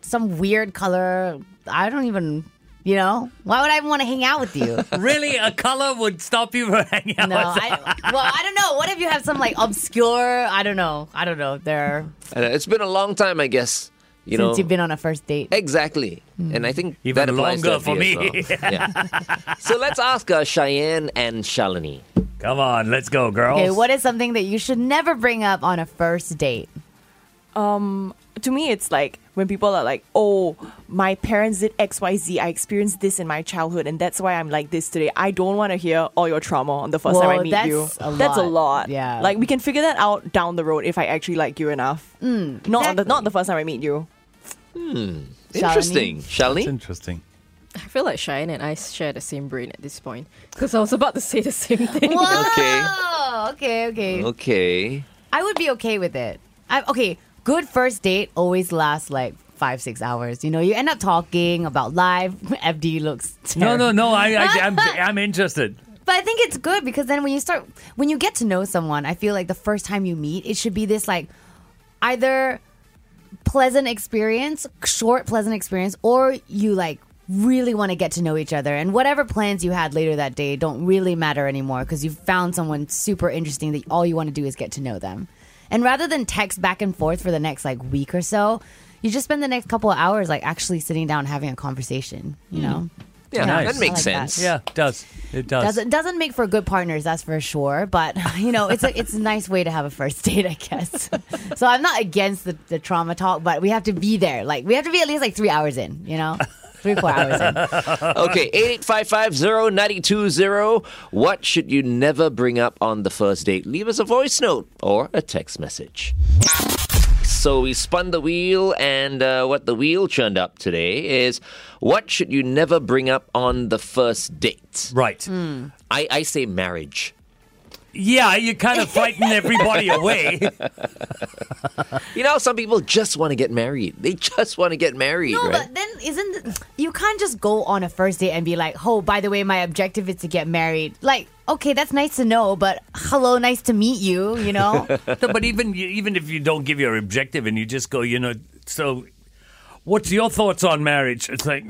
[SPEAKER 4] some weird color, I don't even. You know, why would I even want to hang out with you?
[SPEAKER 5] Really, a color would stop you from hanging out.
[SPEAKER 4] No, I, well, I don't know. What if you have some like obscure? I don't know. I don't know. There
[SPEAKER 3] And uh, it's been a long time, I guess. You know,
[SPEAKER 4] since you've been on a first date.
[SPEAKER 3] Exactly. And I think
[SPEAKER 5] Even
[SPEAKER 3] that applies to
[SPEAKER 5] longer for
[SPEAKER 3] everything
[SPEAKER 5] me.
[SPEAKER 3] as well. Yeah. so let's ask uh, Cheyenne and Shalini.
[SPEAKER 5] Come on, let's go, girls.
[SPEAKER 4] Okay, what is something that you should never bring up on a first date?
[SPEAKER 8] To me, it's like when people are like, oh, my parents did XYZ, I experienced this in my childhood, and that's why I'm like this today. I don't want to hear all your trauma on the first time
[SPEAKER 4] Whoa,
[SPEAKER 8] I meet
[SPEAKER 4] that's
[SPEAKER 8] you.
[SPEAKER 4] a
[SPEAKER 8] that's a
[SPEAKER 4] lot.
[SPEAKER 8] lot.
[SPEAKER 4] Yeah.
[SPEAKER 8] Like, we can figure that out down the road if I actually like you enough. Not, on the, not the first time I meet you.
[SPEAKER 3] Interesting. Shalini?
[SPEAKER 5] interesting.
[SPEAKER 10] I feel like Cheyenne and I share the same brain at this point because I was about to say the same thing.
[SPEAKER 3] Okay.
[SPEAKER 4] Oh, okay, okay.
[SPEAKER 3] Okay.
[SPEAKER 4] I would be okay with it. I, okay, good first date always lasts like five, six hours. You know, you end up talking about life. FD looks
[SPEAKER 5] No,
[SPEAKER 4] terrible.
[SPEAKER 5] no, no. I, I, I'm, I'm interested.
[SPEAKER 4] But I think it's good because then when you start, when you get to know someone, I feel like the first time you meet, it should be this like either pleasant experience, short pleasant experience, or you like really want to get to know each other. And whatever plans you had later that day don't really matter anymore because you've found someone super interesting that all you want to do is get to know them. And rather than text back and forth for the next like week or so, you just spend the next couple of hours like actually sitting down having a conversation, you know?
[SPEAKER 3] Yeah,
[SPEAKER 5] Nice.
[SPEAKER 3] that makes
[SPEAKER 5] I
[SPEAKER 4] like that.
[SPEAKER 3] sense.
[SPEAKER 5] Yeah, it does. It does.
[SPEAKER 4] doesn't doesn't make for good partners, that's for sure. But you know, it's a it's a nice way to have a first date, I guess. so I'm not against the, the trauma talk, but we have to be there. Like we have to be at least like three hours in, you know? Three, four hours in.
[SPEAKER 3] Okay, 88550920. What should you never bring up on the first date? Leave us a voice note or a text message. So we spun the wheel, and uh, what the wheel churned up today is what should you never bring up on the first date?
[SPEAKER 5] Right.
[SPEAKER 3] I, I say marriage.
[SPEAKER 5] Yeah, you kind of frighten everybody away.
[SPEAKER 3] You know, some people just want to get married. They just want to get married,
[SPEAKER 4] No,
[SPEAKER 3] right?
[SPEAKER 4] but then isn't th- you can't just go on a first date and be like, "Oh, by the way, my objective is to get married." Like, okay, that's nice to know, but hello, nice to meet you. You know,
[SPEAKER 5] No, but even even if you don't give your objective and you just go, you know, so what's your thoughts on marriage? It's like,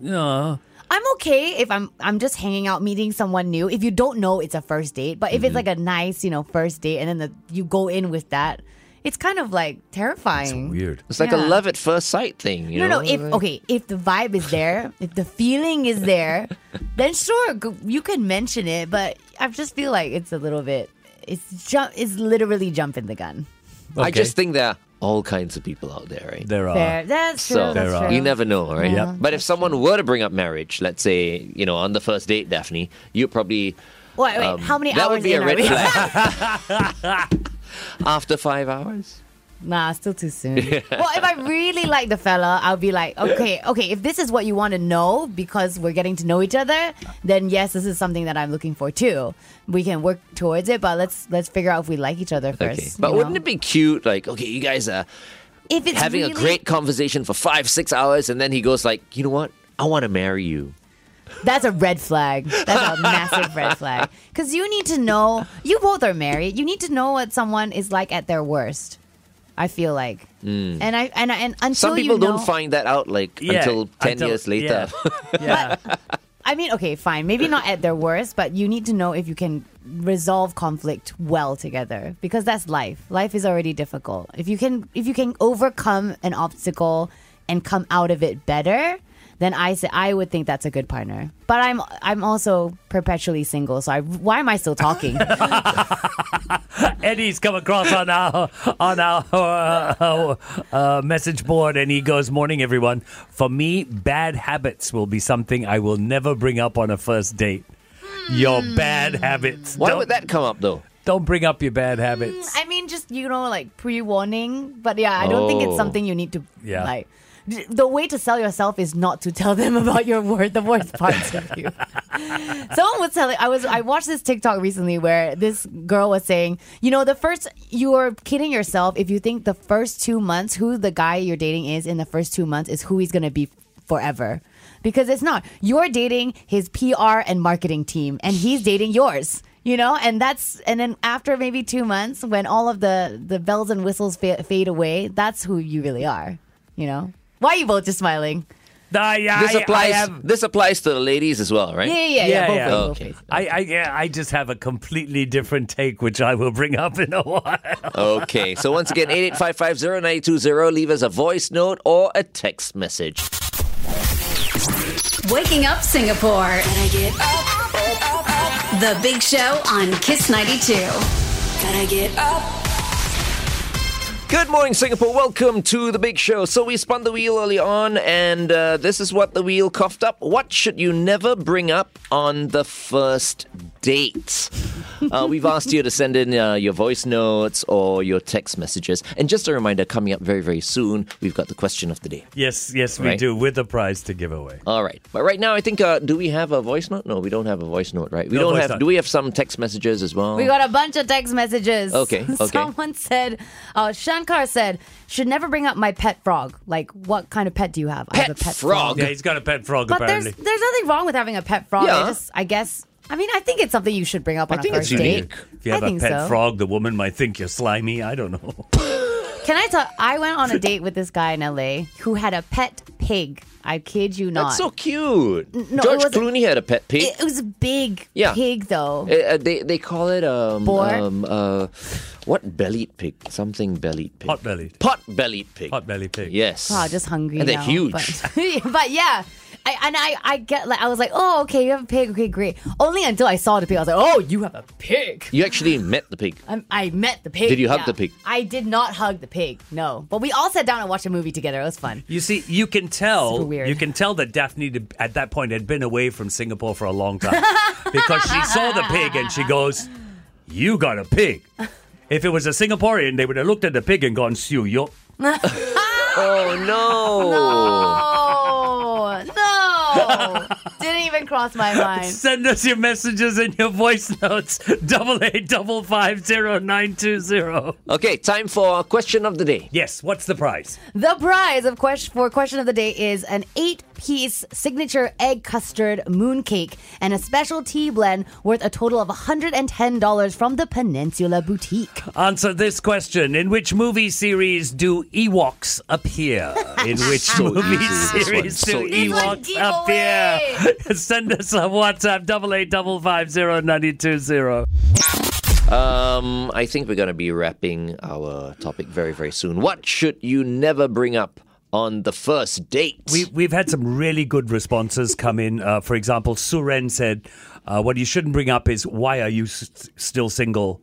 [SPEAKER 5] no,
[SPEAKER 4] I'm okay if I'm I'm just hanging out, meeting someone new. If you don't know it's a first date, but if
[SPEAKER 3] Mm-hmm.
[SPEAKER 4] it's like a nice, you know, first date, and then the, you go in with that, it's kind of like terrifying.
[SPEAKER 5] weird.
[SPEAKER 3] it's like a
[SPEAKER 4] yeah.
[SPEAKER 3] love at first sight thing. You
[SPEAKER 4] No,
[SPEAKER 3] know?
[SPEAKER 4] no. If okay, if the vibe is there, if the feeling is there, then sure, go- you can mention it. But I just feel like it's a little bit. It's jump. It's literally jumping the gun.
[SPEAKER 3] I just think there are all kinds of people out there, right?
[SPEAKER 5] there are.
[SPEAKER 4] Fair. That's true.
[SPEAKER 3] Uh, So
[SPEAKER 4] that's
[SPEAKER 5] There are.
[SPEAKER 4] true.
[SPEAKER 3] you never know, right?
[SPEAKER 5] Yeah. Yep.
[SPEAKER 3] But if someone were to bring up marriage, let's say, you know, on the first date, Daphne, you probably
[SPEAKER 4] Wait, wait.
[SPEAKER 3] um,
[SPEAKER 4] how many
[SPEAKER 3] that
[SPEAKER 4] hours
[SPEAKER 3] would be
[SPEAKER 4] in
[SPEAKER 3] a red
[SPEAKER 4] are we?
[SPEAKER 3] flag. After five hours?
[SPEAKER 4] Nah, still too soon. well, if I really like the fella, I'll be like, okay, okay. If this is what you want to know because we're getting to know each other, then yes, this is something that I'm looking for too. We can work towards it, but let's let's figure out if we like each other first.
[SPEAKER 3] Okay. But wouldn't it be cute? Like, okay, you guys are
[SPEAKER 4] be if it's
[SPEAKER 3] having
[SPEAKER 4] really,
[SPEAKER 3] a great conversation for five, six hours, and then he goes like, you know what? I want to marry you.
[SPEAKER 4] That's a red flag. That's a massive red flag. Because you need to know, you both are married. You need to know what someone is like at their worst. I feel like, and I and I, and until
[SPEAKER 3] Mm. Some people
[SPEAKER 4] you know,
[SPEAKER 3] don't find that out like
[SPEAKER 5] Yeah,
[SPEAKER 3] until ten
[SPEAKER 5] until-
[SPEAKER 3] years later.
[SPEAKER 5] Yeah. yeah.
[SPEAKER 4] I mean, okay, fine. Maybe not at their worst, but you need to know if you can resolve conflict well together because that's life. Life is already difficult. If you can if you can overcome an obstacle and come out of it better, then I say I would think that's a good partner. But I'm I'm also perpetually single, so I, why am I still talking?
[SPEAKER 5] Eddie's come across on our on our uh, uh, message board, and he goes, "Morning, everyone. For me, bad habits will be something I will never bring up on a first date. Your
[SPEAKER 4] Hmm.
[SPEAKER 5] bad habits.
[SPEAKER 3] Why
[SPEAKER 5] don't,
[SPEAKER 3] would that come up though?
[SPEAKER 5] Don't bring up your bad habits.
[SPEAKER 4] I mean, just you know, like pre-warning. But yeah, I don't think it's
[SPEAKER 3] Oh.
[SPEAKER 4] something you need to
[SPEAKER 5] Yeah.
[SPEAKER 4] like. d- The way to sell yourself is not to tell them about your word, the worst parts of you. Someone was telling I was I watched this TikTok recently where this girl was saying, you know, the first you're kidding yourself if you think the first two months who the guy you're dating is in the first two months is who he's gonna be forever. Because it's not. You're dating his PR and marketing team and he's dating yours. You know, and that's and then after maybe two months, when all of the the bells and whistles fa- fade away, that's who you really are. You know, why are you both just smiling?
[SPEAKER 5] I, I,
[SPEAKER 3] This applies.
[SPEAKER 5] I have-
[SPEAKER 3] This applies to the ladies as well, right?
[SPEAKER 4] Yeah, yeah, yeah,
[SPEAKER 5] Yeah,
[SPEAKER 4] yeah. both
[SPEAKER 5] yeah.
[SPEAKER 4] ways, both
[SPEAKER 3] Okay.
[SPEAKER 4] ways.
[SPEAKER 5] I, I, yeah, I just have a completely different take, which I will bring up in a while.
[SPEAKER 3] Okay. So once again, eight eight five five zero nine two zero. Leave us a voice note or a text message.
[SPEAKER 1] Waking up Singapore. The Big Show on Kiss 92.
[SPEAKER 3] Good morning, Singapore. Welcome to the big show. So we spun the wheel early on, and uh, this is what the wheel coughed up. What should you never bring up on the first date? Uh, we've asked you to send in uh, your voice notes or your text messages. And just a reminder, coming up very, very soon, we've got the question of the day.
[SPEAKER 5] yes, yes, we
[SPEAKER 3] Right.
[SPEAKER 5] do, with a prize to give away.
[SPEAKER 3] All right, but right now I think uh, do we have a voice note? No, we don't have a voice note, right? We
[SPEAKER 5] No
[SPEAKER 3] don't
[SPEAKER 5] voice
[SPEAKER 3] have.
[SPEAKER 5] note.
[SPEAKER 3] Do we have some text messages as well?
[SPEAKER 4] We got a bunch of text messages.
[SPEAKER 3] Oh. Okay, okay.
[SPEAKER 4] Someone said, uh, Shankar said, should never bring up my pet frog. Like, what kind of pet do you have? I have a
[SPEAKER 3] Pet
[SPEAKER 4] pet
[SPEAKER 3] frog?
[SPEAKER 4] frog.
[SPEAKER 5] Yeah, he's got a pet frog,
[SPEAKER 4] But there's
[SPEAKER 5] apparently.
[SPEAKER 4] there's nothing wrong with having a pet frog.
[SPEAKER 3] Yeah.
[SPEAKER 4] I just, I guess, I mean, I think it's something you should bring up on
[SPEAKER 3] I think
[SPEAKER 4] a
[SPEAKER 3] it's
[SPEAKER 4] first
[SPEAKER 3] unique.
[SPEAKER 4] date.
[SPEAKER 5] If you have
[SPEAKER 4] I
[SPEAKER 5] a
[SPEAKER 4] think
[SPEAKER 5] pet
[SPEAKER 4] so.
[SPEAKER 5] frog, the woman might think you're slimy. I don't know.
[SPEAKER 4] Can I tell? I went on a date with this guy in LA who had a pet pig. I kid you not.
[SPEAKER 3] That's so cute.
[SPEAKER 4] no, it
[SPEAKER 3] George
[SPEAKER 4] wasn't-
[SPEAKER 3] Clooney had a pet pig.
[SPEAKER 4] it, it was a big
[SPEAKER 3] Yeah.
[SPEAKER 4] pig, though.
[SPEAKER 3] Uh, uh, they they call it um,
[SPEAKER 4] Boar?
[SPEAKER 3] um uh, what bellied pig? Something bellied pig.
[SPEAKER 5] Pot-bellied.
[SPEAKER 3] Pot bellied pig.
[SPEAKER 5] Hot belly pig.
[SPEAKER 3] Yes.
[SPEAKER 4] Oh, just hungry.
[SPEAKER 3] And they're
[SPEAKER 4] now,
[SPEAKER 3] huge.
[SPEAKER 4] But, but yeah. I, and I, I get like I was like, oh, okay, you have a pig, okay, great. Only until I saw the pig, I was like, oh, you have a pig.
[SPEAKER 3] You actually met the pig.
[SPEAKER 4] i I met the pig.
[SPEAKER 3] Did you hug
[SPEAKER 4] yeah.
[SPEAKER 3] the pig?
[SPEAKER 4] I did not hug the pig. No, but we all sat down and watched a movie together. It was fun.
[SPEAKER 5] You see, you can tell.
[SPEAKER 4] Super weird.
[SPEAKER 5] You can tell that Daphne did- at that point had been away from Singapore for a long time because she saw the pig and she goes, "You got a pig." If it was a Singaporean, they would have looked at the pig and gone, "Sue, you're."
[SPEAKER 3] Oh no.
[SPEAKER 4] Oh no! Didn't even crossed my mind.
[SPEAKER 5] Send us your messages and your voice notes. Double eight double five zero nine two zero.
[SPEAKER 3] Okay, time for question of the day.
[SPEAKER 5] Yes, what's the prize?
[SPEAKER 4] The prize of question for question of the day is an eight-piece signature egg custard mooncake and a special tea blend worth a total of $110 from the Peninsula Boutique.
[SPEAKER 5] Answer this question: In which movie series do Ewoks appear? In which
[SPEAKER 3] So
[SPEAKER 5] movie
[SPEAKER 3] easy, this
[SPEAKER 5] series
[SPEAKER 3] one. So
[SPEAKER 5] do
[SPEAKER 3] easy.
[SPEAKER 5] Ewoks
[SPEAKER 4] This one's
[SPEAKER 5] appear? Send us a WhatsApp double eight double five zero ninety two zero.
[SPEAKER 3] Um, I think we're going to be wrapping our topic very, very soon. What should you never bring up on the first date?
[SPEAKER 5] We, we've had some really good responses come in. Uh, for example, Suren said, uh, "What you shouldn't bring up is why are you s- still single."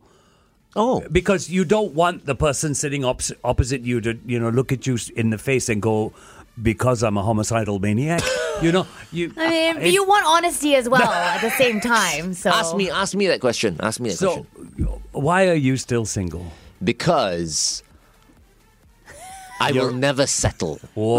[SPEAKER 3] oh,
[SPEAKER 5] because you don't want the person sitting opps opposite you to you know look at you s- in the face and go because I'm a homicidal maniac. you know, you.
[SPEAKER 4] I mean,
[SPEAKER 5] it-
[SPEAKER 4] you want honesty as well at the same time. So
[SPEAKER 3] ask me, ask me that question. Ask me that
[SPEAKER 5] So,
[SPEAKER 3] question.
[SPEAKER 5] why are you still single?
[SPEAKER 3] Because I will never settle.
[SPEAKER 5] Whoa.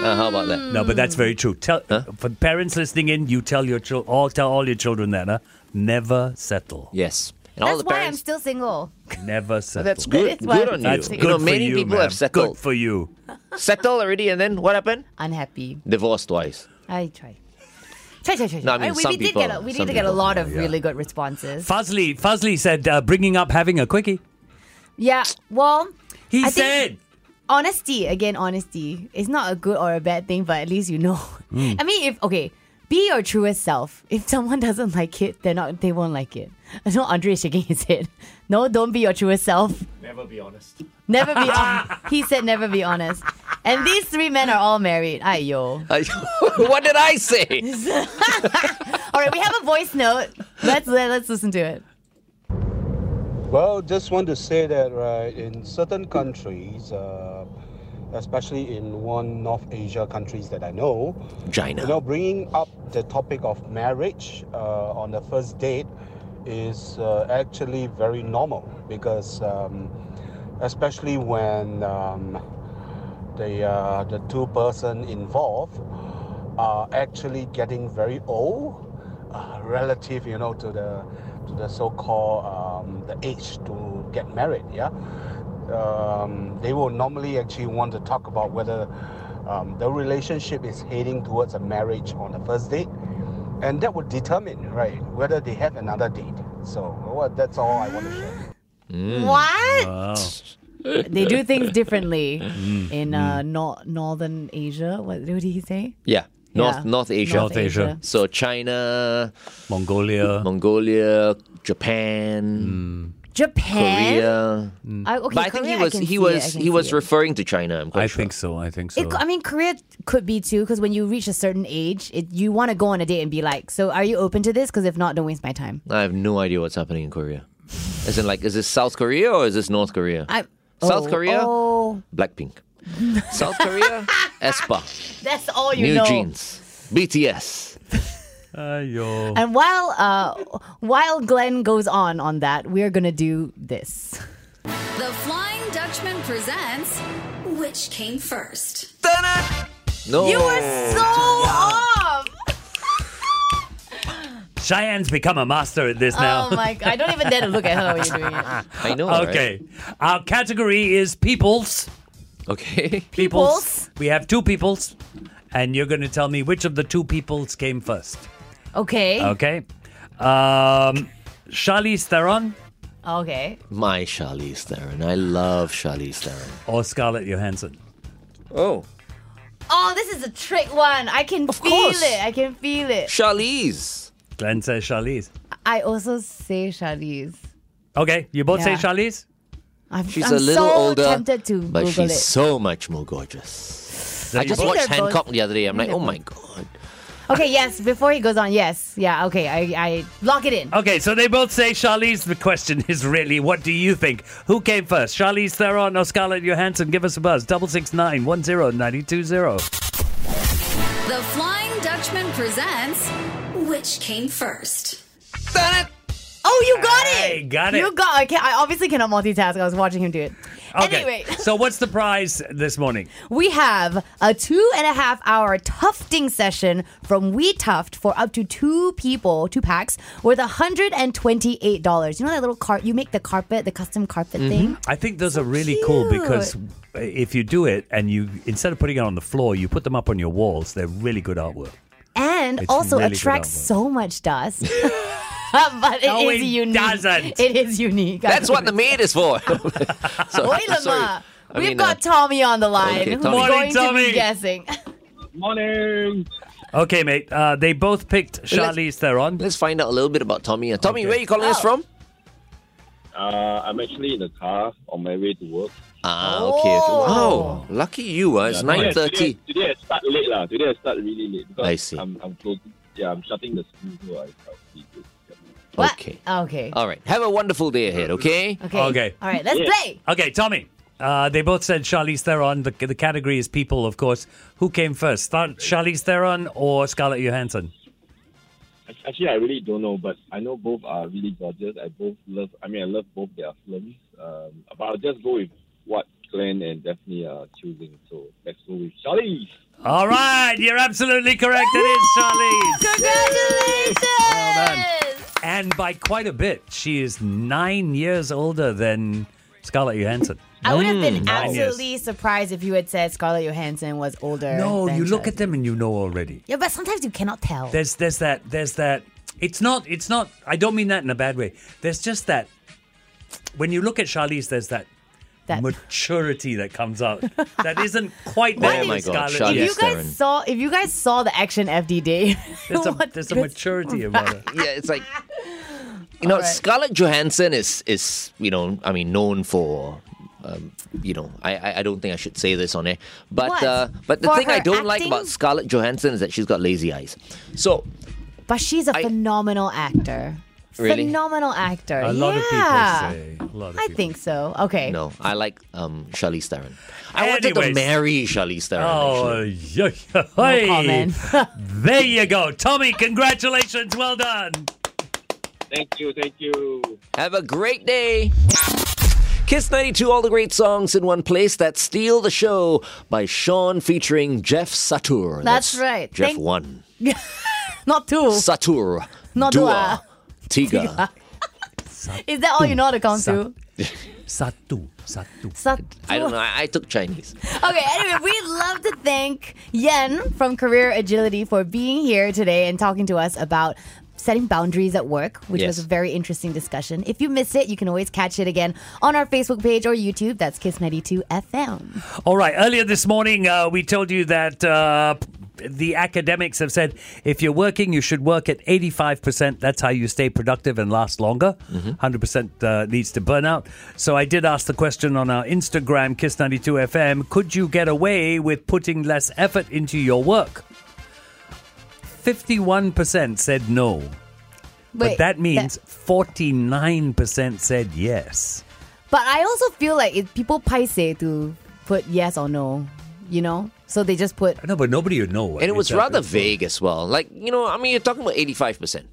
[SPEAKER 3] Uh, how about that?
[SPEAKER 5] No, but that's very true. Tell for parents listening in, you tell your chil- all tell all your children that, huh? Never settle.
[SPEAKER 3] Yes. And all
[SPEAKER 4] That's
[SPEAKER 3] the
[SPEAKER 4] why I'm
[SPEAKER 3] parents.
[SPEAKER 4] still single.
[SPEAKER 5] Never settle.
[SPEAKER 3] That's good.
[SPEAKER 4] That is why
[SPEAKER 3] good
[SPEAKER 4] I'm
[SPEAKER 3] on you.
[SPEAKER 5] That's
[SPEAKER 3] you
[SPEAKER 5] good
[SPEAKER 3] know,
[SPEAKER 5] for
[SPEAKER 3] many
[SPEAKER 5] you,
[SPEAKER 3] people
[SPEAKER 5] ma'am.
[SPEAKER 3] have settled.
[SPEAKER 5] Good for you.
[SPEAKER 3] Settled already, and then what happened?
[SPEAKER 4] Unhappy.
[SPEAKER 3] Divorced twice.
[SPEAKER 4] I try. Try, try, try.
[SPEAKER 3] No, I mean,
[SPEAKER 4] we,
[SPEAKER 3] some
[SPEAKER 4] we did
[SPEAKER 3] people-
[SPEAKER 4] get a, we
[SPEAKER 3] some
[SPEAKER 4] did get a
[SPEAKER 3] people,
[SPEAKER 4] lot of really good responses.
[SPEAKER 5] Fuzzy Fuzzy said uh, bringing up having a quickie.
[SPEAKER 4] Yeah. Well,
[SPEAKER 5] He
[SPEAKER 4] I think-
[SPEAKER 5] said.
[SPEAKER 4] honesty again honesty is not a good or a bad thing but at least you know i mean if okay be your truest self if someone doesn't like it they're not they won't like it i know andre is shaking his head no don't be your truest self never be honest never be on- he said never be honest and these three men are all married ayo
[SPEAKER 3] I- what did I say?
[SPEAKER 4] all right we have a voice note let's let, let's listen to it
[SPEAKER 11] Well, just want to say that right in certain countries, uh, especially in one North Asia countries that I know, you
[SPEAKER 3] China.
[SPEAKER 11] know, bringing up the topic of marriage uh, on the first date is uh, actually very normal because, um, especially when um, the uh, the two person involved are actually getting very old, uh, relative, you know, to the to the so-called um, the age to get married. Yeah, um, they will normally actually want to talk about whether um, the relationship is heading towards a marriage on the first date, and that would determine, right, whether they have another date. So, well, that's all I want to share.
[SPEAKER 4] what
[SPEAKER 5] Wow.
[SPEAKER 4] they do things differently in uh, nor- northern asia what, what did he say
[SPEAKER 3] Yeah. North
[SPEAKER 4] Yeah.
[SPEAKER 3] North Asia.
[SPEAKER 5] North Asia.
[SPEAKER 3] So China,
[SPEAKER 5] Mongolia.
[SPEAKER 3] Mongolia,
[SPEAKER 5] Hmm.
[SPEAKER 3] Japan,
[SPEAKER 4] Japan.
[SPEAKER 3] Korea.
[SPEAKER 4] I, okay,
[SPEAKER 3] But I think
[SPEAKER 4] Korea,
[SPEAKER 3] he was
[SPEAKER 4] can
[SPEAKER 3] he
[SPEAKER 4] see it, I
[SPEAKER 3] was
[SPEAKER 4] can
[SPEAKER 3] he was
[SPEAKER 4] see it.
[SPEAKER 3] referring to China. I'm quite
[SPEAKER 5] I
[SPEAKER 3] sure.
[SPEAKER 5] think so. I think so.
[SPEAKER 4] It cou- I mean, Korea could be too, because when you reach a certain age, it, you want to go on a date and be like, "So, are you open to this? Because if not, don't waste my time."
[SPEAKER 3] I have no idea what's happening in Korea. Is it like is this South Korea or is this North Korea?
[SPEAKER 4] I,
[SPEAKER 3] South
[SPEAKER 4] oh,
[SPEAKER 3] Korea,
[SPEAKER 4] Oh,
[SPEAKER 3] Blackpink. South Korea, Espa,
[SPEAKER 4] that's all you
[SPEAKER 3] New
[SPEAKER 4] know.
[SPEAKER 3] Jeans, BTS.
[SPEAKER 5] Ayo.
[SPEAKER 4] And while uh, while Glenn goes on on that, we're gonna do this.
[SPEAKER 1] The Flying Dutchman presents Which Came First?
[SPEAKER 3] No,
[SPEAKER 4] You were so Um,
[SPEAKER 3] Oh.
[SPEAKER 4] off.
[SPEAKER 5] Cheyenne's become a master at this now.
[SPEAKER 4] Oh my! God. I don't even dare to look at her when you're doing it.
[SPEAKER 3] I know. right?
[SPEAKER 5] Okay. Our category is peoples.
[SPEAKER 3] Okay.
[SPEAKER 4] Peoples.
[SPEAKER 5] We have two peoples, and you're going to tell me which of the two peoples came first.
[SPEAKER 4] Okay.
[SPEAKER 5] Okay. Um, Charlize Theron
[SPEAKER 4] Okay.
[SPEAKER 3] My Charlize Theron. I love Charlize Theron.
[SPEAKER 5] or Scarlett Johansson?
[SPEAKER 3] Oh,
[SPEAKER 4] Oh, this is a trick one. I can feel
[SPEAKER 3] course.
[SPEAKER 4] it. I can feel it.
[SPEAKER 3] Charlize.
[SPEAKER 5] Glenn says Charlize.
[SPEAKER 4] I also say Charlize.
[SPEAKER 5] Okay. You both say
[SPEAKER 4] Yeah.
[SPEAKER 5] Charlize?
[SPEAKER 4] I'm,
[SPEAKER 3] She's
[SPEAKER 4] I'm
[SPEAKER 3] a little
[SPEAKER 4] so
[SPEAKER 3] older,
[SPEAKER 4] tempted to
[SPEAKER 3] but
[SPEAKER 4] Google
[SPEAKER 3] she's
[SPEAKER 4] it.
[SPEAKER 3] so much more gorgeous. I just
[SPEAKER 4] both-
[SPEAKER 3] watched
[SPEAKER 4] they're both-
[SPEAKER 3] Hancock the other day. I'm like, oh my god.
[SPEAKER 4] okay, yes. Before he goes on, yes, yeah. Okay, I, I lock it in.
[SPEAKER 5] Okay. So they both say Charlize. The question is really, what do you think? Who came first? Charlize Theron or Scarlett Johansson? Give us a buzz. 669 10
[SPEAKER 1] The Flying Dutchman presents Which Came First?
[SPEAKER 4] Oh, Oh, you got it.
[SPEAKER 5] Hey, got it.
[SPEAKER 4] You got. I, can't, I obviously cannot multitask. I was watching him do it.
[SPEAKER 5] Okay.
[SPEAKER 4] Anyway.
[SPEAKER 5] so what's the prize this morning?
[SPEAKER 4] We have a two and a half hour tufting session from We Tuft for up to two people, two packs, worth $128. You know that little cart you make the carpet, the custom carpet
[SPEAKER 3] Mm-hmm.
[SPEAKER 4] thing?
[SPEAKER 5] I think those are really cool because if you do it and you instead of putting it on the floor, you put them up on your walls. They're really good artwork.
[SPEAKER 4] And
[SPEAKER 5] It's
[SPEAKER 4] also
[SPEAKER 5] really good
[SPEAKER 4] attracts
[SPEAKER 5] artwork.
[SPEAKER 4] so much dust. but it is
[SPEAKER 5] No, it
[SPEAKER 4] unique.
[SPEAKER 5] doesn't.
[SPEAKER 4] It is unique. I
[SPEAKER 3] That's what the
[SPEAKER 4] promise.
[SPEAKER 3] maid is for. so,
[SPEAKER 4] Oi,
[SPEAKER 3] sorry.
[SPEAKER 4] Lama.
[SPEAKER 3] I
[SPEAKER 4] We've
[SPEAKER 3] mean, uh,
[SPEAKER 4] got Tommy on the line
[SPEAKER 3] okay,
[SPEAKER 4] who's
[SPEAKER 3] Tommy.
[SPEAKER 4] going
[SPEAKER 5] Morning,
[SPEAKER 4] to
[SPEAKER 5] Tommy.
[SPEAKER 4] be guessing.
[SPEAKER 12] Morning.
[SPEAKER 5] Okay, mate. Uh, they both picked
[SPEAKER 3] Let's-
[SPEAKER 5] Charlize Theron.
[SPEAKER 3] Let's find out a little bit about Tommy. Uh, Tommy,
[SPEAKER 5] Okay.
[SPEAKER 3] where are you
[SPEAKER 4] Oh.
[SPEAKER 3] calling us from?
[SPEAKER 12] Uh, I'm actually in the car on my way to work.
[SPEAKER 3] Ah, okay. okay. Wow, lucky you. Uh, it's
[SPEAKER 12] Yeah, today-
[SPEAKER 3] nine thirty.
[SPEAKER 12] Today, today I start late lah. Today I start really late because
[SPEAKER 3] I see.
[SPEAKER 12] I'm, I'm closing. Yeah, I'm shutting the school. So I, I'll see you.
[SPEAKER 4] What?
[SPEAKER 3] Okay. Uh,
[SPEAKER 4] Okay.
[SPEAKER 3] All right. Have a wonderful day ahead. Okay.
[SPEAKER 4] Okay.
[SPEAKER 5] Okay.
[SPEAKER 4] All right, let's
[SPEAKER 12] Yeah.
[SPEAKER 4] play.
[SPEAKER 5] Okay, Tommy. Uh, they both said Charlize Theron. The, the category is people, of course. Who came first? Start Charlize Theron or Scarlett Johansson?
[SPEAKER 12] Act- Actually, I really don't know, but I know both are really gorgeous. I both love. I mean, I love both their films. Um, but I'll just go with what Glenn and Daphne are choosing. So let's go with Charlie.
[SPEAKER 5] All right, you're absolutely correct. It is Charlize.
[SPEAKER 4] Congratulations.
[SPEAKER 5] And by quite a bit. She is nine years older than Scarlett Johansson.
[SPEAKER 4] I would have
[SPEAKER 3] Mm,
[SPEAKER 4] been
[SPEAKER 5] nine years.
[SPEAKER 4] absolutely surprised if you had said Scarlett Johansson was older.
[SPEAKER 5] No,
[SPEAKER 4] than
[SPEAKER 5] you look
[SPEAKER 4] Charlize.
[SPEAKER 5] at them and you know already.
[SPEAKER 4] Yeah, but sometimes you cannot tell.
[SPEAKER 5] There's there's that there's that it's not it's not I don't mean that in a bad way. There's just that when you look at Charlize, there's that,
[SPEAKER 4] That- Oh
[SPEAKER 5] maturity that comes out that isn't quite
[SPEAKER 3] Why
[SPEAKER 5] there.
[SPEAKER 3] did-
[SPEAKER 5] with
[SPEAKER 3] my God,
[SPEAKER 5] Scarlett
[SPEAKER 3] Charlize
[SPEAKER 4] if you
[SPEAKER 5] Johansson.
[SPEAKER 4] guys
[SPEAKER 3] Theron.
[SPEAKER 4] saw, if you guys saw the action FD day,
[SPEAKER 5] There's a,
[SPEAKER 4] what
[SPEAKER 5] there's a
[SPEAKER 4] Chris-
[SPEAKER 5] maturity about it.
[SPEAKER 3] Yeah, it's like you know,
[SPEAKER 4] All right.
[SPEAKER 3] Scarlett Johansson is is you know, I mean, known for. Um, you know, I, I I don't think I should say this on air, but
[SPEAKER 4] What?
[SPEAKER 3] uh, but the
[SPEAKER 4] For
[SPEAKER 3] thing I
[SPEAKER 4] her
[SPEAKER 3] don't like
[SPEAKER 4] acting?
[SPEAKER 3] about Scarlett Johansson is that she's got lazy eyes. So
[SPEAKER 4] But she's a
[SPEAKER 3] I-
[SPEAKER 4] phenomenal actor.
[SPEAKER 3] Really?
[SPEAKER 4] Phenomenal actor.
[SPEAKER 5] A lot
[SPEAKER 4] yeah.
[SPEAKER 5] of people say. A lot of
[SPEAKER 4] I
[SPEAKER 5] people.
[SPEAKER 4] think so. Okay.
[SPEAKER 3] no, I like um Charlize Theron. I wanted to
[SPEAKER 5] Anyways.
[SPEAKER 3] marry Charlize Theron.
[SPEAKER 5] Oh,
[SPEAKER 3] actually.
[SPEAKER 5] yo, yo, hey.
[SPEAKER 4] comment.
[SPEAKER 5] there you go, Tommy. Congratulations, well done.
[SPEAKER 12] Thank you. Thank you.
[SPEAKER 3] Have a great day. Kiss 92, all the great songs in one place. That's Steal the Show by Sean featuring Jeff Satur.
[SPEAKER 4] That's right.
[SPEAKER 3] Jeff
[SPEAKER 4] Thank-
[SPEAKER 3] 1.
[SPEAKER 4] Not two.
[SPEAKER 3] Satur.
[SPEAKER 4] Not
[SPEAKER 3] Dua.
[SPEAKER 4] Dua.
[SPEAKER 3] Tiga.
[SPEAKER 4] Is that all you know how to count
[SPEAKER 5] Sa-
[SPEAKER 4] to?
[SPEAKER 5] Satu, satu.
[SPEAKER 4] Sat-
[SPEAKER 3] I don't know. I, I took Chinese.
[SPEAKER 4] Okay, anyway, we'd love to thank Yen from Career Agility for being here today and talking to us about setting boundaries at work, which
[SPEAKER 3] Yes.
[SPEAKER 4] was a very interesting discussion. If you missed it, you can always catch it again on our Facebook page or YouTube. That's Kiss92FM.
[SPEAKER 5] All right. Earlier this morning, uh, we told you that uh, p- the academics have said if you're working, you should work at 85%. That's how you stay productive and last longer. 100% uh, leads to burnout. So I did ask the question on our Instagram, Kiss92FM could you get away with putting less effort into your work? 51% said no. but that means 49% said yes.
[SPEAKER 4] but I also feel like it, people paise to put yes or no, you know? So they just put.
[SPEAKER 5] No, but nobody would know.
[SPEAKER 3] And it was
[SPEAKER 5] exactly.
[SPEAKER 3] rather vague as well. Like, you know, I mean, you're talking about 85%.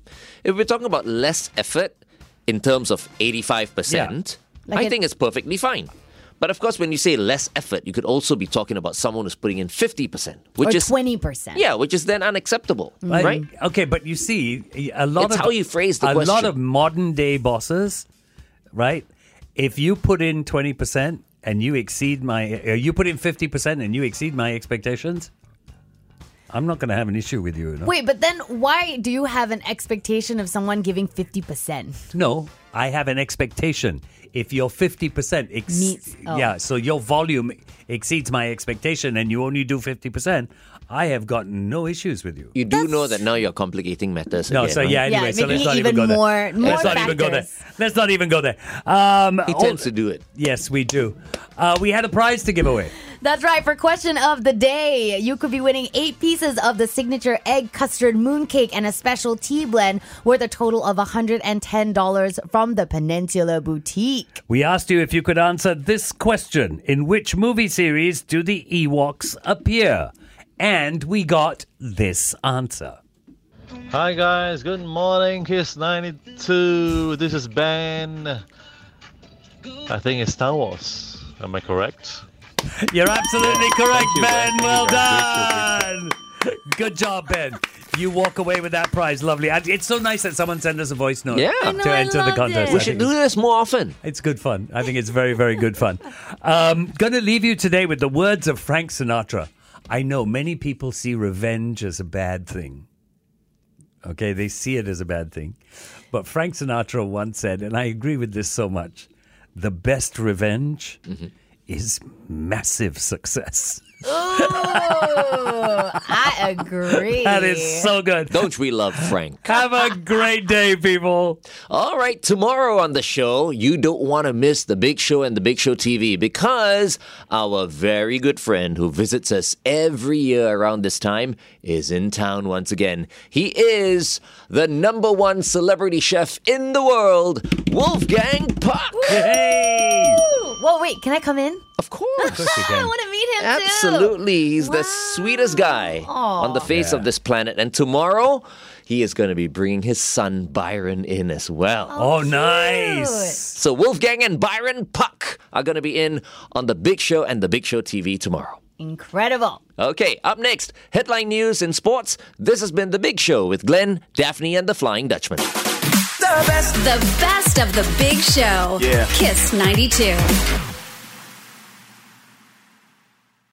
[SPEAKER 3] If we're talking about less effort in terms of 85%,
[SPEAKER 4] Yeah. Like
[SPEAKER 3] I
[SPEAKER 4] an-
[SPEAKER 3] think it's perfectly fine. But of course, when you say less effort, you could also be talking about someone who's putting in 50%, which
[SPEAKER 4] Or
[SPEAKER 3] is
[SPEAKER 4] 20%.
[SPEAKER 3] Yeah, which is then unacceptable,
[SPEAKER 5] Like,
[SPEAKER 3] right?
[SPEAKER 5] Okay, but you see, a lot
[SPEAKER 3] It's
[SPEAKER 5] of
[SPEAKER 3] how you phrase the
[SPEAKER 5] a lot
[SPEAKER 3] question.
[SPEAKER 5] of modern day bosses, right? If you put in twenty percent and you exceed my, uh, you put in fifty percent and you exceed my expectations, I'm not going to have an issue with you. you know?
[SPEAKER 4] Wait, but then why do you have an expectation of someone giving 50%?
[SPEAKER 5] No, I have an expectation. If your fifty percent ex-
[SPEAKER 4] Meets- oh.
[SPEAKER 5] yeah, so your volume exceeds my expectation, and you only do fifty percent, I have got no issues with you.
[SPEAKER 3] You do know that now you're complicating matters.
[SPEAKER 5] No,
[SPEAKER 3] again,
[SPEAKER 5] so
[SPEAKER 3] right?
[SPEAKER 5] yeah. Anyway,
[SPEAKER 4] Yeah,
[SPEAKER 5] so
[SPEAKER 4] making
[SPEAKER 5] let's not
[SPEAKER 4] it
[SPEAKER 5] even go
[SPEAKER 4] even
[SPEAKER 5] there.
[SPEAKER 4] more- more
[SPEAKER 5] let's not even go there.
[SPEAKER 4] factors.
[SPEAKER 5] Let's not even go there. Um,
[SPEAKER 3] He
[SPEAKER 5] all-
[SPEAKER 3] tends to do it.
[SPEAKER 5] Yes, we do. Uh, we had a prize to give away.
[SPEAKER 4] That's right. For question of the day, you could be winning eight pieces of the signature egg custard mooncake and a special tea blend worth a total of $110 from the Peninsula Boutique.
[SPEAKER 5] We asked you if you could answer this question: In which movie series do the Ewoks appear? And we got this answer.
[SPEAKER 13] Hi guys, good morning, Kiss 92. This is Ben. I think it's Star Wars. Am I correct?
[SPEAKER 5] You're absolutely correct,
[SPEAKER 13] you,
[SPEAKER 5] Ben.
[SPEAKER 13] Ben. Thank
[SPEAKER 5] Well
[SPEAKER 13] you,
[SPEAKER 5] done. Good job, Ben. You walk away with that prize. Lovely. And it's so nice that someone sent us a voice note
[SPEAKER 3] Yeah. I know,
[SPEAKER 5] to
[SPEAKER 3] I
[SPEAKER 5] enter the
[SPEAKER 3] loved
[SPEAKER 5] contest.
[SPEAKER 3] it. We should do
[SPEAKER 5] this more often. It's good fun. I think it's very, very good fun. Um, going to leave you today with the words of Frank Sinatra. I know many people see revenge as a bad thing. Okay, they see it as a bad thing. But Frank Sinatra once said, and I agree with this so much the best revenge is massive success.
[SPEAKER 4] I agree.
[SPEAKER 5] That is so good.
[SPEAKER 3] Don't we love Frank?
[SPEAKER 5] Have a great day, people.
[SPEAKER 3] All right, tomorrow on the show, you don't want to miss The Big Show and The Big Show TV because our very good friend who visits us every year around this time is in town once again. He is the number one celebrity chef in the world, Wolfgang Puck.
[SPEAKER 5] Hey!
[SPEAKER 4] Whoa, wait, can I come in?
[SPEAKER 3] Of course.
[SPEAKER 4] I want to meet him
[SPEAKER 3] Absolutely. He's the sweetest guy on the face of this planet. And tomorrow, he is going to be bringing his son Byron in as well.
[SPEAKER 5] Oh, nice.
[SPEAKER 3] So Wolfgang and Byron Puck are going to be in on The Big Show and The Big Show TV tomorrow.
[SPEAKER 4] too. Incredible.
[SPEAKER 3] Okay, up next, headline news in sports. This has been The Big Show with Glenn, Daphne, and the Flying Dutchman.
[SPEAKER 1] The best. The best of the big show.
[SPEAKER 3] Yeah.
[SPEAKER 1] Kiss 92.